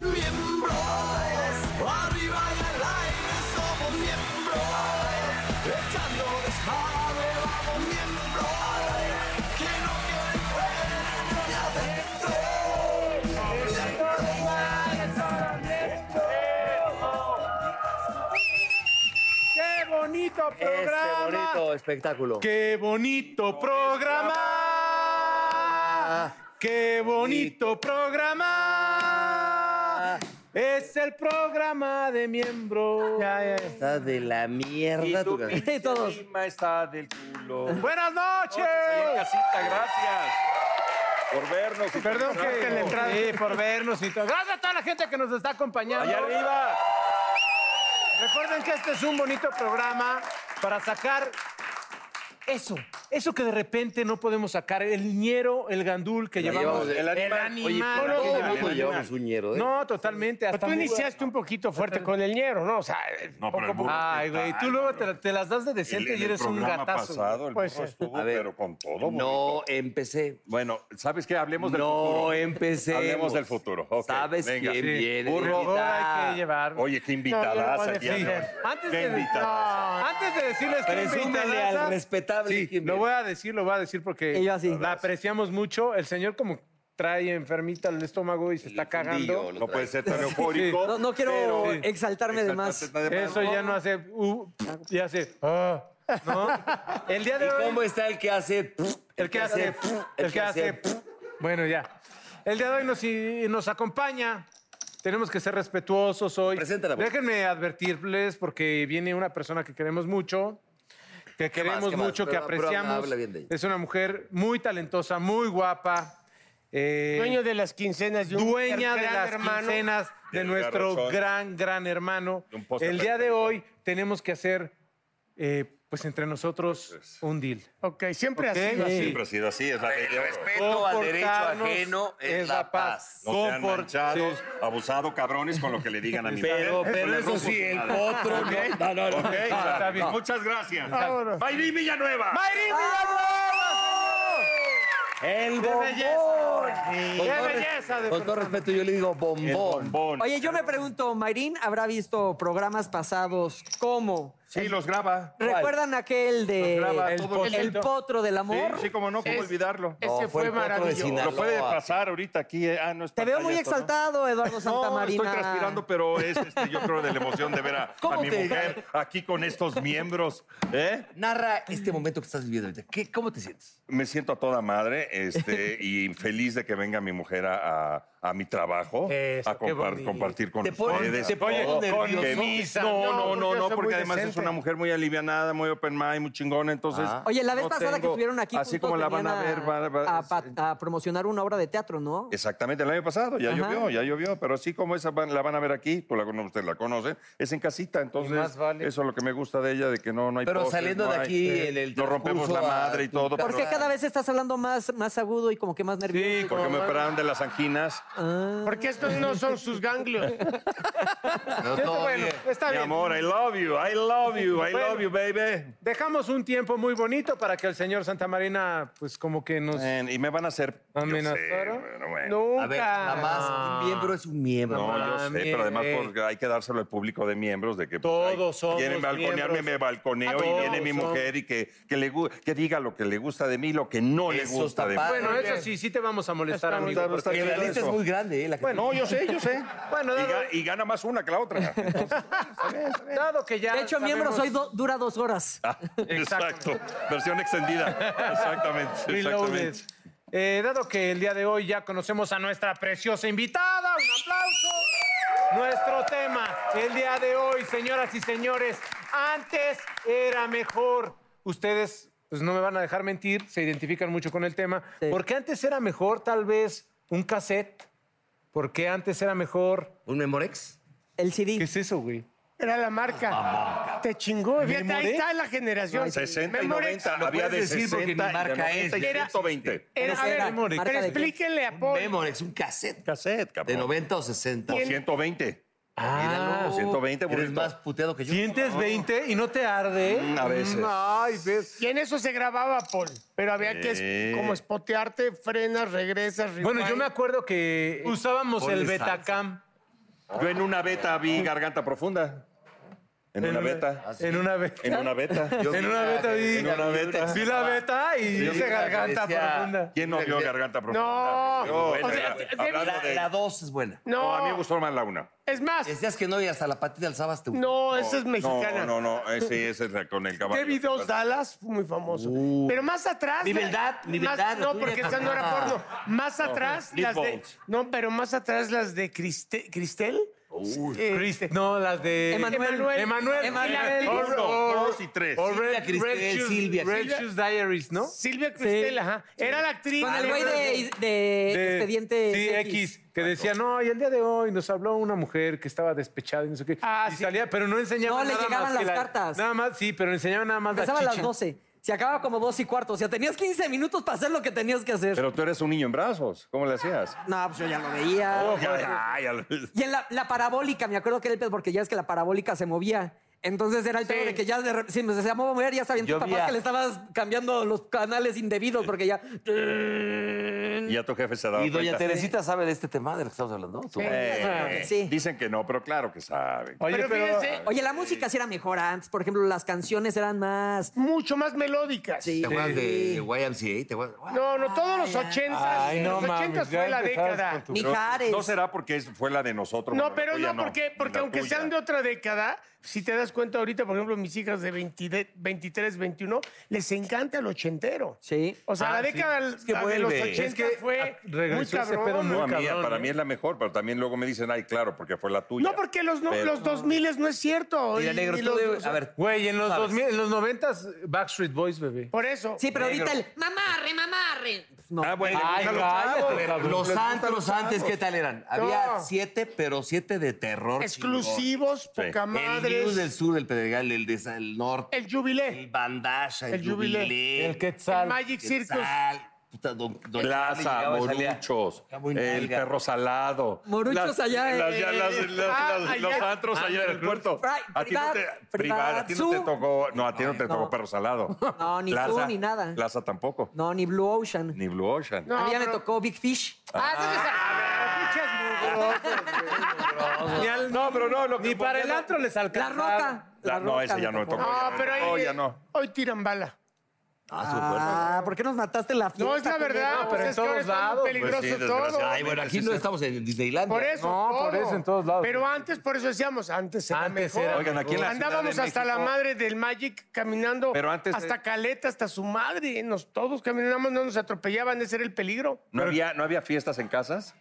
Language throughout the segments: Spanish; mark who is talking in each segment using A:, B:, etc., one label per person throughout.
A: Miembros, arriba y al aire somos miembros, echando desmadre vamos miembros, que no quede fuera ni adentro,
B: ¡Qué bonito
C: Este
B: programa!
C: bonito espectáculo.
B: ¡Qué bonito programa! ¡Qué bonito programa! Es el programa de miembros.
C: Está de la mierda tu canción.
B: Y todos.
D: está del culo.
B: ¡Buenas noches!
D: Señor Casita, gracias por vernos. y
B: Perdón
D: por
B: que le
D: escucharnos.
B: entrada. Sí, por vernos y todo. Gracias a toda la gente que nos está acompañando.
D: Allá arriba.
B: Recuerden que este es un bonito programa para sacar eso, eso que de repente no podemos sacar, el niñero, el gandul que llevamos,
C: llevamos el
D: animal.
B: animal.
C: Oye,
B: No,
C: todo el
B: no,
C: mundo
B: no,
C: llevamos un ñero, ¿eh?
B: No, totalmente. Hasta
E: Pero tú
B: muy-
E: iniciaste un poquito fuerte con el ñero, ¿no? O sea, eh,
D: No, pero el burro,
B: Ay,
D: ¿qué
B: güey,
D: tal?
B: tú luego te, la- te las das de
D: El-
B: decente
D: en
B: y eres
D: el
B: un
D: programa
B: gatazo.
D: pasado, el
E: Pues,
D: burro estuvo,
C: a ver,
D: pero con todo.
C: No
D: burrito.
C: empecé.
D: Bueno, ¿sabes qué? Hablemos del futuro.
C: No empecé.
D: Hablemos del futuro. Ok,
C: ¿Sabes
D: venga.
C: quién
D: Sí.
C: viene?
D: Burro.
B: Luego pues, hay que llevar.
D: Oye, qué
E: No, yo no
D: invitadas
E: voy a
D: aquí.
E: defender.
B: Antes
D: Qué
B: de,
D: invitadaza.
B: No, antes de decirles que
C: Presúmele al respetable.
B: Sí,
C: quién
B: lo
C: viene.
B: voy a decir, lo voy a decir porque
F: Y yo así.
B: la apreciamos mucho. El señor como trae enfermita el estómago y se está cagando.
C: fundillo,
D: No puede ser tan eufórico.
F: No, no quiero
B: Pero- Sí.
F: exaltarme de más.
B: Eso ya no hace... uh, ya hace... ah, ¿no? El día de
C: ¿Y
B: hoy...
C: cómo está el que hace?
B: El que hace... El que hace... Bueno, ya. El día de hoy nos, y- nos acompaña. Tenemos que ser respetuosos hoy.
C: Preséntala, pues. por
B: Déjenme advertirles porque viene una persona que queremos mucho, que queremos
C: qué más?
B: mucho, que
C: Pero- pero
B: apreciamos.
C: habla bien de ella.
B: Es una mujer muy talentosa, muy guapa. eh,
E: dueño de las quincenas de un
B: dueña de
E: gran
B: las
E: hermano.
B: quincenas de
D: Del
B: nuestro
D: garrochón.
B: gran, gran hermano.
D: De un póster
B: El día de
D: perfecto.
B: hoy tenemos que hacer, eh, pues entre nosotros, un deal.
E: Ok, siempre
B: Ok.
E: así. así.
D: Siempre ha sido así, es la ley de oro.
C: Respeto al derecho
B: Comportarnos
C: ajeno es la paz.
D: No sean
B: Comport-
D: manchados,
B: sí.
D: abusado, cabrones, con lo que le digan a mi
C: Pero,
D: padre.
C: pero eso sí, el potro. No, no, no.
D: Ok,
B: Ah, está bien.
D: Muchas gracias.
E: Vámonos.
D: Mayri Villanueva.
B: ¡Mayrín
C: El
B: Villanueva!
C: bombón.
B: ¡Qué
C: Con todo res-
B: belleza! de
C: Con todo
B: persona!
C: respeto, yo le digo
D: El
C: bombón.
D: bombón.
F: Oye, yo me pregunto, Mayrín habrá visto programas pasados como...
D: Sí, los graba.
F: ¿Recuerdan aquel
C: Eh,
F: de...
D: graba
F: el,
D: todo
F: potro.
D: el-
F: El potro del
D: Sí,
F: amor?
D: sí, como no, cómo olvidarlo.
C: No,
E: Ese fue
C: el potro de
E: maravilloso.
D: Lo puede
C: Sinaloa.
D: pasar ahorita aquí. eh. Ah, no es
F: Te veo muy
D: pantalla esto, ¿no?
F: exaltado, Eduardo
D: No,
F: Santamarina.
D: estoy transpirando, pero es este, yo creo de la emoción de ver a, a
C: ¿Cómo
D: mi
C: te-
D: mujer aquí con estos miembros. ¿eh?
C: Narra este momento que estás viviendo ahorita. ¿Qué- ¿Cómo te sientes?
D: Me siento a toda madre este, y feliz de que venga mi mujer a, a- a mi trabajo
B: Eso,
D: a
B: qué
D: compar-
B: bonito.
D: compartir con
C: Te pone-
D: ustedes.
C: te pone
D: todo.
C: nervioso.
D: Que-
E: Misa,
D: No, no,
E: no,
D: no,
E: yo
D: no,
E: soy
D: porque
E: muy
D: además es
E: decente.
D: una mujer muy alivianada, muy open mind, muy chingona, entonces...
C: Ah.
F: Oye, la vez
D: no
F: pasada que
D: tengo-
F: estuvieron aquí
D: Así
F: juntos
D: como la van
F: venían
D: a ver, va- va-
F: a pa- a promocionar una obra de teatro, ¿no?
D: Exactamente, el año pasado, ya
F: Ajá.
D: llovió, ya llovió, pero así como esa van- la van a ver aquí, tú la, cono- usted la conoce, es en casita, entonces
B: más vale.
D: eso es lo que me gusta de ella, de que no, no hay
C: Pero
D: postres,
C: saliendo
D: no
C: de
D: hay-
C: aquí, en el
D: Nos rompemos la
C: transcurso a
D: madre y
C: tu
D: todo.
F: Porque
D: pero-
F: cada vez estás hablando más, más agudo y como que más nervioso. Ah.
D: Sí, porque me operaron de las anginas.
B: Ah.
E: Porque estos no son sus ganglios.
C: No,
B: Bueno, está
D: Mi
B: bien.
D: amor, I love you, I love love you, I love you, baby.
B: Dejamos un tiempo muy bonito para que el señor Santa Marina, pues como que nos...
D: Man, y me van a hacer. yo sé,
B: ¿Amenazaron?
D: bueno, bueno.
B: Nunca.
C: A ver, nada más, un miembro es un miembro.
D: Ah. No, yo sé,
B: mames.
D: pero además porque hay que dárselo al público de miembros de que pues,
B: Todos
D: ay,
B: somos
D: quieren balconearme,
B: miembros.
D: me balconeo y
B: Todos
D: viene mi
B: somos.
D: mujer y que, que, le, gu- que diga lo que le gusta de mí, lo que no le
C: Eso
D: gusta
C: está
D: de mí.
C: padre.
B: Bueno, eso sí, sí te vamos a molestar, amigo. porque-
C: Porque la lista es muy grande, ¿eh? La que-
D: No, yo sé, yo sé.
B: Bueno,
D: Y
B: dado,
D: ga- y gana más una que la otra. Ah,
B: dado que ya...
F: De hecho, miembros hoy
B: sabemos-
F: do- dura dos horas.
D: Exacto. Versión extendida. Exactamente.
B: Reloaded.
D: exactamente.
B: Eh, dado que el día de hoy ya conocemos a nuestra preciosa invitada, un aplauso. Nuestro tema el día de hoy, señoras y señores, antes era mejor. Ustedes, pues no me van a dejar mentir, se identifican mucho con el tema.
F: Sí.
B: Porque antes era mejor tal vez un cassette. Porque antes era mejor.
C: ¿Un memorex?
F: El CD.
B: ¿Qué es eso, güey?
E: Era la marca. Te chingó. Fíjate, ahí
B: ¿Memoré?
E: está la generación.
D: 60 y
E: Memorex.
D: 90. Había de
C: puedes decir
D: 60
C: porque
D: y
C: mi marca
D: 90 y
C: es.
D: 120.
E: Era-
F: Pero
E: a
F: era
E: ver,
B: Memorex.
E: pero
F: marca de qué.
E: explíquenle a Paul.
C: Memorex, un cassette.
D: Cassette, cabrón.
C: De 90 o 60.
D: O 120.
C: Míralo.
D: 120,
C: Eres
D: bonito.
C: más puteado que yo.
B: ¿Sientes 20 y no te arde?
D: Mm, a veces.
B: Mm, Ay, ves.
E: Y en eso se grababa, Paul. Pero había que
D: Sí.
E: es- como espotearte, frenas, regresas.
B: Bueno,
E: rewind.
B: yo me acuerdo que usábamos
C: Ponle
B: el
C: salsa.
B: Betacam
D: Yo en una beta vi garganta profunda. En una
C: Ah,
D: beta.
B: en una vez.
D: En una beta.
C: Yo
B: En
C: vi
B: una beta vi.
D: En una beta.
B: Vi la beta y
C: Sí,
B: hice
C: sí,
B: garganta
C: decía-
B: profunda.
D: ¿Quién no vio garganta profunda?
E: No.
D: Pero bueno,
E: O sea,
D: era-
E: te- te-
D: hablando
C: La,
D: de.
C: la 2 es buena.
D: No, a mí me
E: No,
D: gustó más la una.
E: es más.
C: Decías que no y hasta la patita alzabas tú.
E: No, esa es mexicana.
D: No, no, no. eh, Sí, esa es la con el caballo. Uh.
E: Debbie Dos Dallas fue muy famoso. Pero más atrás.
C: Mi beldad, mi
E: más-
C: beldad, la
E: No,
C: tuya.
E: porque esa no era porno. Más atrás
C: Deep
E: las de.
C: Balls.
E: No, pero más atrás las de Criste- Cristel. Eh,
B: Chris, no, las de.
F: Emanuel.
B: Emanuel.
F: Emanuel.
B: Emanuel.
D: Uno, dos y tres.
B: O Red-
C: Silvia Cristel,
B: Red Shoes-
C: Silvia
B: Red
C: Cristel.
B: Shoes Diaries, ¿no?
E: Silvia Cristel, ajá. Era la actriz.
F: Con el güey de, de,
E: Eh,
B: De-
F: expediente
B: sí, X. que decía, no, y el día de hoy nos habló una mujer que estaba despechada y no sé qué.
E: Ah,
B: y
E: sí.
B: salía, pero no enseñaba
F: No, le
B: nada
F: llegaban
B: más
F: las
B: que la-
F: cartas.
B: Nada más, sí, pero enseñaba nada más
F: Empezaba a
B: la
F: las
B: chicha.
F: 12. Se acababa como dos y cuarto. O sea, tenías 15 minutos para hacer lo que tenías que hacer.
D: Pero tú eres un niño en brazos. ¿Cómo le hacías?
F: No, pues yo ya lo veía.
D: Oh, Ya, ya, ya lo-
F: Y en la, la parabólica, me acuerdo que era el pedo, porque ya es que la parabólica se movía. Entonces era el pedo de que ya de re- si me- se llamó a mover, ya sabían tus
C: Yo
F: papás
C: vi a-
F: que le estabas cambiando los canales indebidos porque ya.
D: Y ya tu jefe se ha dado
C: Y doña
D: cuenta.
C: Teresita sabe de este tema del que estamos hablando. Tú.
D: Eh,
F: Sí.
D: Dicen que no, pero claro que saben.
B: Oye,
E: Pero
B: pero.
E: fíjense,
F: Oye, la música sí era mejor antes. Por ejemplo, las canciones eran más.
E: mucho más melódicas.
C: ¿Te acuerdas de YMCA? ¿Te acuerdas?
E: No, no, todos los ochentas.
B: Ay, no
E: los
B: mames,
E: ochentas
B: ya
E: fue la
B: empezabas
E: década.
B: con tu-
D: Pero
F: Mijares.
D: No será porque es- fue la de nosotros.
E: No,
D: bueno, la
E: pero
D: tuya
E: no, porque, porque
D: la
E: aunque
D: tuya.
E: sean de otra década, si te das cuenta ahorita, por ejemplo, mis hijas de 20 de- 23, 21, les encanta el ochentero.
F: Sí.
E: O sea,
D: Ah,
E: la década
C: que
E: la de los
C: vuelve.
E: 80
B: Es que
E: fue muy
B: regresó ese
E: cabrón.
B: pedo
D: No, a mí-
B: Cabrón,
D: para
B: ¿eh?
D: mí es la mejor, pero también luego me dicen, ay, claro, porque fue la tuya.
E: No, porque los, no,
D: Pero-
E: los 2000 no es cierto.
C: Mira,
E: Y-
C: negro,
E: y
C: tú
E: los-
C: de- A ver,
B: Güey, en los,
C: ¿sabes?
B: 2000, en los 90s, Backstreet Boys, bebé.
E: Por eso.
F: Sí, pero ahorita el mamarre, mamarre. Pues no.
D: Ah, bueno,
B: Ay,
D: déjalo,
B: cállate,
D: claro.
B: cabrón.
C: Los
B: Les gustan
C: antros antes, ¿qué tal eran? Había
E: No.
C: siete, pero siete de terror. chingón.
E: exclusivos, poca madre.
C: El News del
E: El,
C: Sur, el Pedregal, el de Sa- el Norte, el
E: Jubilé.
C: Bandasha, el,
E: El Jubilé.
C: Jubilé,
B: El
E: El
B: Quetzal.
E: Magic
C: Quetzal,
E: Circus.
C: puta, don- don-
D: Plaza,
C: llegaba y salía.
D: Moruchos,
C: Era muy
D: el
C: nalga.
D: perro salado.
F: Moruchos allá,
D: las-
F: eh,
D: ya las- las-
E: ah,
D: las-
E: allá.
D: Los antros allá
F: Ah,
D: en el puerto.
F: Fry-
D: A ti no te,
F: Privat-
D: Privat, a ti no
F: Privatsu.
D: te tocó, no, a ti no te
F: No.
D: tocó perro salado.
F: No, ni
D: Plaza-
F: Zoo, ni nada.
D: Plaza tampoco,
F: No, ni Blue Ocean.
D: ni Blue Ocean. Ah,
F: a mí ya me
E: pero-
F: tocó Big Fish. Ah,
A: Ah.
D: No, pero no, lo que
B: Ni para el
D: ponía-
B: antro les
F: La
B: alcanza.
F: roca. La
D: La- no,
F: Roca
D: ese ya no me tocó.
E: No,
D: ya
E: pero ahí-
D: hoy ya no.
E: Hoy tiran bala.
C: Ah, su fuerza.
F: Ah, ¿por qué nos mataste la fiesta?
E: No, es la
F: culero?
E: verdad.
B: No,
E: pues
B: pero
E: es
B: en
E: que ahora
B: todos
E: está muy
B: lados. Pues
E: peligroso
D: sí,
E: todo.
D: desgraciadamente.
C: Ay, bueno, aquí no estamos en Disneylandia.
E: Por eso.
B: No, por
E: todo.
B: eso en todos lados.
E: Pero antes, por eso decíamos, antes era
B: Antes
E: mejor.
B: era
D: Oigan, aquí en la
E: Andábamos
D: Ciudad de
E: hasta la
D: México-
E: madre del Magic caminando.
D: Pero antes-
E: Hasta Caleta, hasta su madre. Nos, todos caminábamos, no nos atropellaban. Ese era el peligro.
D: ¿No había, ¿No había fiestas en casas?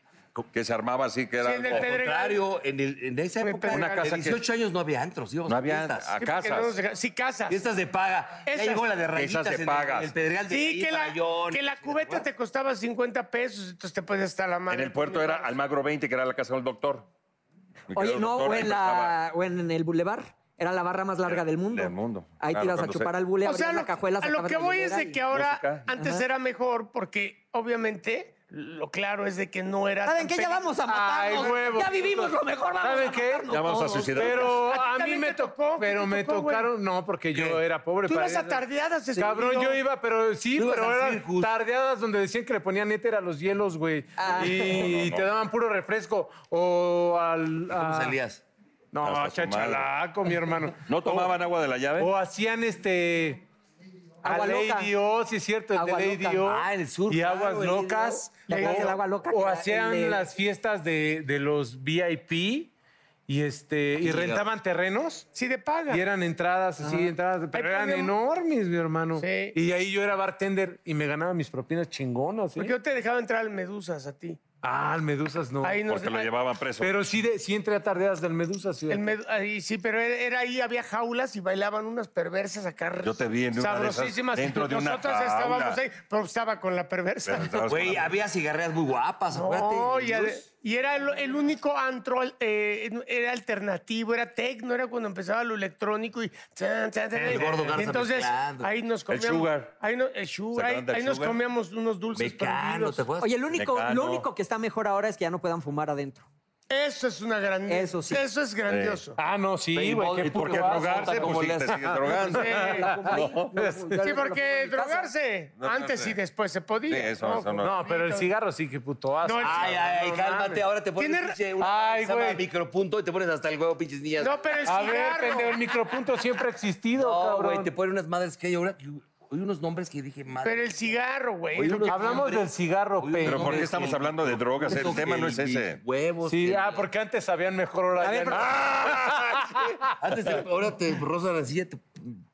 D: Que se armaba así, que era...
E: Sí, en el
D: algo-
C: Al
E: Pedregal.
C: contrario, en, el- en esa
E: Fue
C: época,
E: Pedregal.
C: una casa de 18 años no había antros, íbamos
D: No
C: a
D: había
C: fiestas.
D: a
E: Sí, porque
D: casas.
E: no nos deja- sí, casas.
C: Fiestas de paga.
E: Esas-
C: Ah, ya llegó la de
D: Esas
C: rayitas
D: de
C: en el-
D: pagas.
C: en el Pedregal de
E: Sí, que la,
C: Ibarayón.
E: que la cubeta te costaba 50 pesos, entonces te podías estar la
D: En
E: madre.
D: el puerto era Almagro 20, que era la casa del doctor. Mi
F: Oye,
D: querido
F: no,
D: doctor,
F: o
D: ahí
F: en,
D: prestaba-
F: la, o en el bulevar. Era la barra más larga del mundo.
D: Del mundo.
F: Ahí
D: Claro,
F: tiras a
D: cuando
F: chupar
D: se-
F: al bule,
E: O sea,
F: abrías
E: lo,
F: la cajuela,
E: a lo
F: sacabas
E: que
F: la
E: voy es
F: hielera
E: de
F: y-
E: que ahora
D: Música.
E: antes era mejor porque obviamente lo claro es de que no era. tan
F: ¿Saben qué? Ya
E: peli-
F: vamos a
B: Ay,
F: matarnos.
B: huevo.
F: ya vivimos lo mejor. Vamos
B: ¿Saben
F: a
B: qué?
F: matarnos
D: Ya vamos a
F: todos.
D: suicidar.
E: ¿A
B: Pero
E: ti
B: a mí
E: también
B: me
E: te
B: tocó,
E: tocó? ¿Qué
B: pero
E: te
B: me
E: tocó, güey?
B: tocaron, no, porque yo
C: ¿Qué?
B: era pobre.
E: Tú ibas
B: para-
E: a tardeadas, ese
B: Cabrón, yo
E: niño.
B: iba, pero sí,
C: Tú ibas
B: pero
C: al
B: eran
C: circus.
B: tardeadas donde decían que le ponían éter a los hielos, güey.
D: No,
B: Y
D: no, no.
B: te daban puro refresco. O al.
C: ¿Cómo
B: a-
C: salías?
B: No,
D: Hasta su madre.
B: chachalaco, mi hermano.
F: Oh.
D: ¿No tomaban agua de la llave?
B: O hacían este. A
F: Agua
B: Lady
F: loca.
B: O, sí es cierto, el de
F: Agua
B: Lady
F: loca.
B: O.
C: Ah, en el sur,
B: Y
C: claro,
B: aguas
C: el
B: locas.
F: Lady O. ¿Te acuerdas
B: o,
F: del agua loca?
B: o
F: El
B: hacían
F: de-
B: las fiestas de, de los VIP y este. Y
C: llegabas.
B: rentaban terrenos.
E: Sí, de paga.
B: Y eran entradas así, entradas, pero
E: Hay
B: eran
E: problema.
B: enormes, mi hermano.
E: Sí.
B: Y ahí yo era bartender y me ganaba mis propinas chingonas. ¿eh?
E: Porque yo te dejaba entrar al Medusas a ti.
B: Ah, al Medusas no.
E: Ahí nos-
D: Porque lo llevaban preso.
B: Pero sí, de, sí entré a tardeadas del Medusas. sí.
E: el Medu- ahí sí, pero era era ahí, había jaulas y bailaban unas perversas acá.
D: Yo te vi en una de esas,
E: Sabrosísimas.
D: dentro de una
E: Nosotros
D: jaula.
E: estábamos ahí, pero estaba con la perversa.
D: Pero estabas con
C: Güey,
D: la-
C: había cigarreras muy guapas, acuérdate.
E: No, y, ade-
C: Luz.
E: y era el, el único antro, eh, era alternativo, era tecno, era cuando empezaba lo electrónico y... chan, chan, chan,
C: El gordo Garza
E: Entonces,
C: mezclando.
E: ahí nos comíamos...
D: Sugar.
E: Ahí, no- el
D: ¿Se
E: Sugar, ahí,
D: acuerdan del
E: ahí nos
D: Sugar?
E: comíamos unos dulces
C: Mecano,
E: perdidos.
C: ¿te acuerdas?
F: Oye, lo único,
D: Mecano.
F: lo único que está mejor ahora es que ya no puedan fumar adentro.
E: Eso es una grandiosa.
F: Eso
E: Eso,
F: sí.
E: es grandioso.
B: Ah, no, sí,
C: Paintball,
B: güey.
C: ¿y
B: Qué
C: por
D: Porque
B: puto
C: Vas,
D: drogarse,
C: Jota,
D: pues
C: ¿cómo
D: sí,
C: le
D: te
C: haces?
D: sigues drogando. pues,
E: Sí.
F: La compré. No, ya
E: Sí,
F: la compré
E: porque
F: en mi casa.
E: drogarse
D: No, no
E: antes
D: sé.
E: y después se podía.
D: Sí, eso, eso no.
B: No, pero el cigarro sí, qué puto asco.
E: No, el
C: Ay, ay, ay, cálmate. Ahora te pones
E: Tiene ra-
C: pinche una
B: Ay,
C: se llama
B: güey.
C: micropunto y te pones hasta el huevo, pinches niñas.
E: No, pero el
B: A ver,
E: cigarro.
B: pendejo, el micropunto siempre ha existido,
C: No,
B: cabrón.
C: güey, te ponen unas madres que hay ahora. que- Hay unos nombres que dije, madre.
E: Pero el cigarro, güey.
C: Oye,
E: lo que-
B: Hablamos
C: hombre.
B: del cigarro,
C: Oye,
B: pendejo.
D: Pero ¿por qué estamos hablando de drogas? El
C: Eso
D: tema
C: que
D: no es
C: el
D: ese.
C: Huevos.
B: Sí,
C: que-
B: ah, porque antes sabían mejor Ah,
C: A
B: la
C: ver, pero- Antes, te- ahora te rosa la silla, te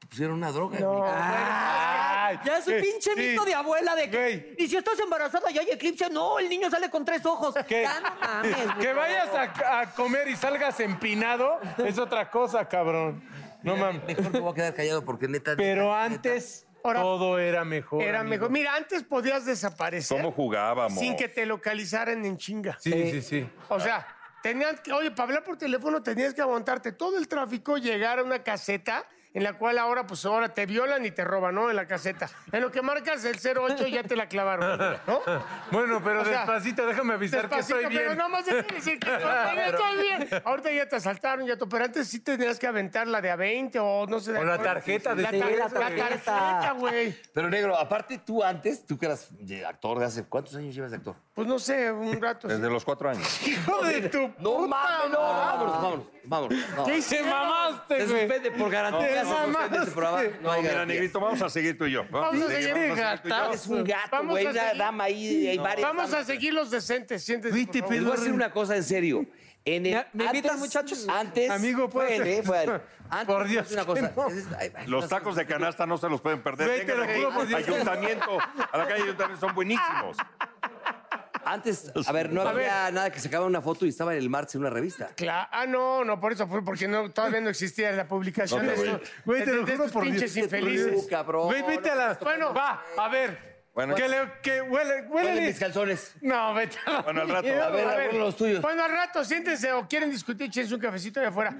C: pusieron una droga. güey.
F: Ya es un pinche mito de abuela de que.
B: Güey.
F: Y si estás embarazada y hay eclipse, no, el niño sale con tres ojos.
B: Que,
F: Ya no mames, güey.
B: que vayas a, a comer y salgas empinado es otra cosa, cabrón. No mames.
C: Mejor me voy a quedar callado porque neta.
B: Pero antes
E: Ahora-
B: todo era mejor.
E: Era
B: amigo.
E: mejor. Mira, antes podías desaparecer
D: ¿Cómo jugábamos?
E: sin que te localizaran en chinga.
B: Sí, sí, sí.
E: O sea, tenían que, oye, para hablar por teléfono tenías que aguantarte todo el tráfico, llegar a una caseta en la cual ahora, pues ahora te violan y te roban, ¿no? En la caseta. En lo que marcas el 08 ya te la clavaron, ¿no?
B: Bueno, pero
E: O sea,
B: despacito, déjame avisar
E: Despacito,
B: que estoy
E: pero
B: bien.
E: nada más déjame decir que estoy bien, estoy bien. Ahorita ya te asaltaron, ya te, pero antes sí tenías que aventar la de a 20 o no sé. de
B: O la
E: acuerdo.
B: tarjeta de
E: La,
F: Sí,
E: tar-
F: la
E: la
F: tarjeta.
E: tarjeta, güey.
C: Pero negro, aparte tú antes, tú que eras de actor de hace. ¿Cuántos años llevas de actor?
E: Pues no sé, un rato. sí.
D: Desde los cuatro años.
E: Hijo de tu
C: No mames, no, vámonos, vámonos, vámonos. no.
E: Ah. ¿Qué
B: Se
E: hicieron?
B: mamaste,
C: Se
B: güey.
C: suspende por garantía.
B: No,
C: se suspende
B: mamaste.
C: este programa. No, hay
D: Mira,
C: garantía.
D: negrito, vamos a seguir tú y yo.
E: Vamos a seguir
D: vamos a tú y yo.
E: gatazo.
C: Es un gato,
E: Vamos
C: güey.
E: a
C: Una
E: seguir-
C: dama ahí, hay varias.
E: Vamos a
C: damas.
E: seguir los decentes, siéntese. por
B: Viste,
E: favor.
C: Les voy a decir una cosa en serio. En el,
F: ¿Me- me invitan, muchachos?
C: Antes.
B: Amigo, ¿puedo
C: pueden,
B: hacer-
C: eh, pueden. Antes,
B: Por Dios,
C: Una
B: que
C: cosa.
B: no.
C: Es- hay- hay
D: Los
C: unas
D: tacos
C: cosas-
D: de canasta no se los pueden perder.
B: Güey, te
D: Vengan
B: lo
D: aquí,
B: juro por Dios.
D: ayuntamiento. A la calle ayuntamiento son buenísimos.
C: Antes, a ver, no había nada que sacaba una foto y estaba en el Marx en una revista.
E: Cla- ah, no, no, por eso fue porque no, todavía no existía la publicación
D: No,
E: de
D: güey.
E: estos,
B: Güey, te
E: de-
B: lo
E: de
B: juro
E: estos
B: por Dios.
E: pinches
C: Tú,
E: infelices.
C: cabrón.
B: Güey, vete a la.
E: Bueno.
B: va, a ver.
D: Bueno.
B: que, le, que huele,
C: ¿Dónde
B: huele.
C: mis calzones?
E: No, vete. a Pues, la
D: Bueno, al rato.
E: mierda.
D: A ver,
C: alguno de los tuyos.
E: Bueno, al rato, siéntense o quieren discutir, échense un cafecito allá afuera.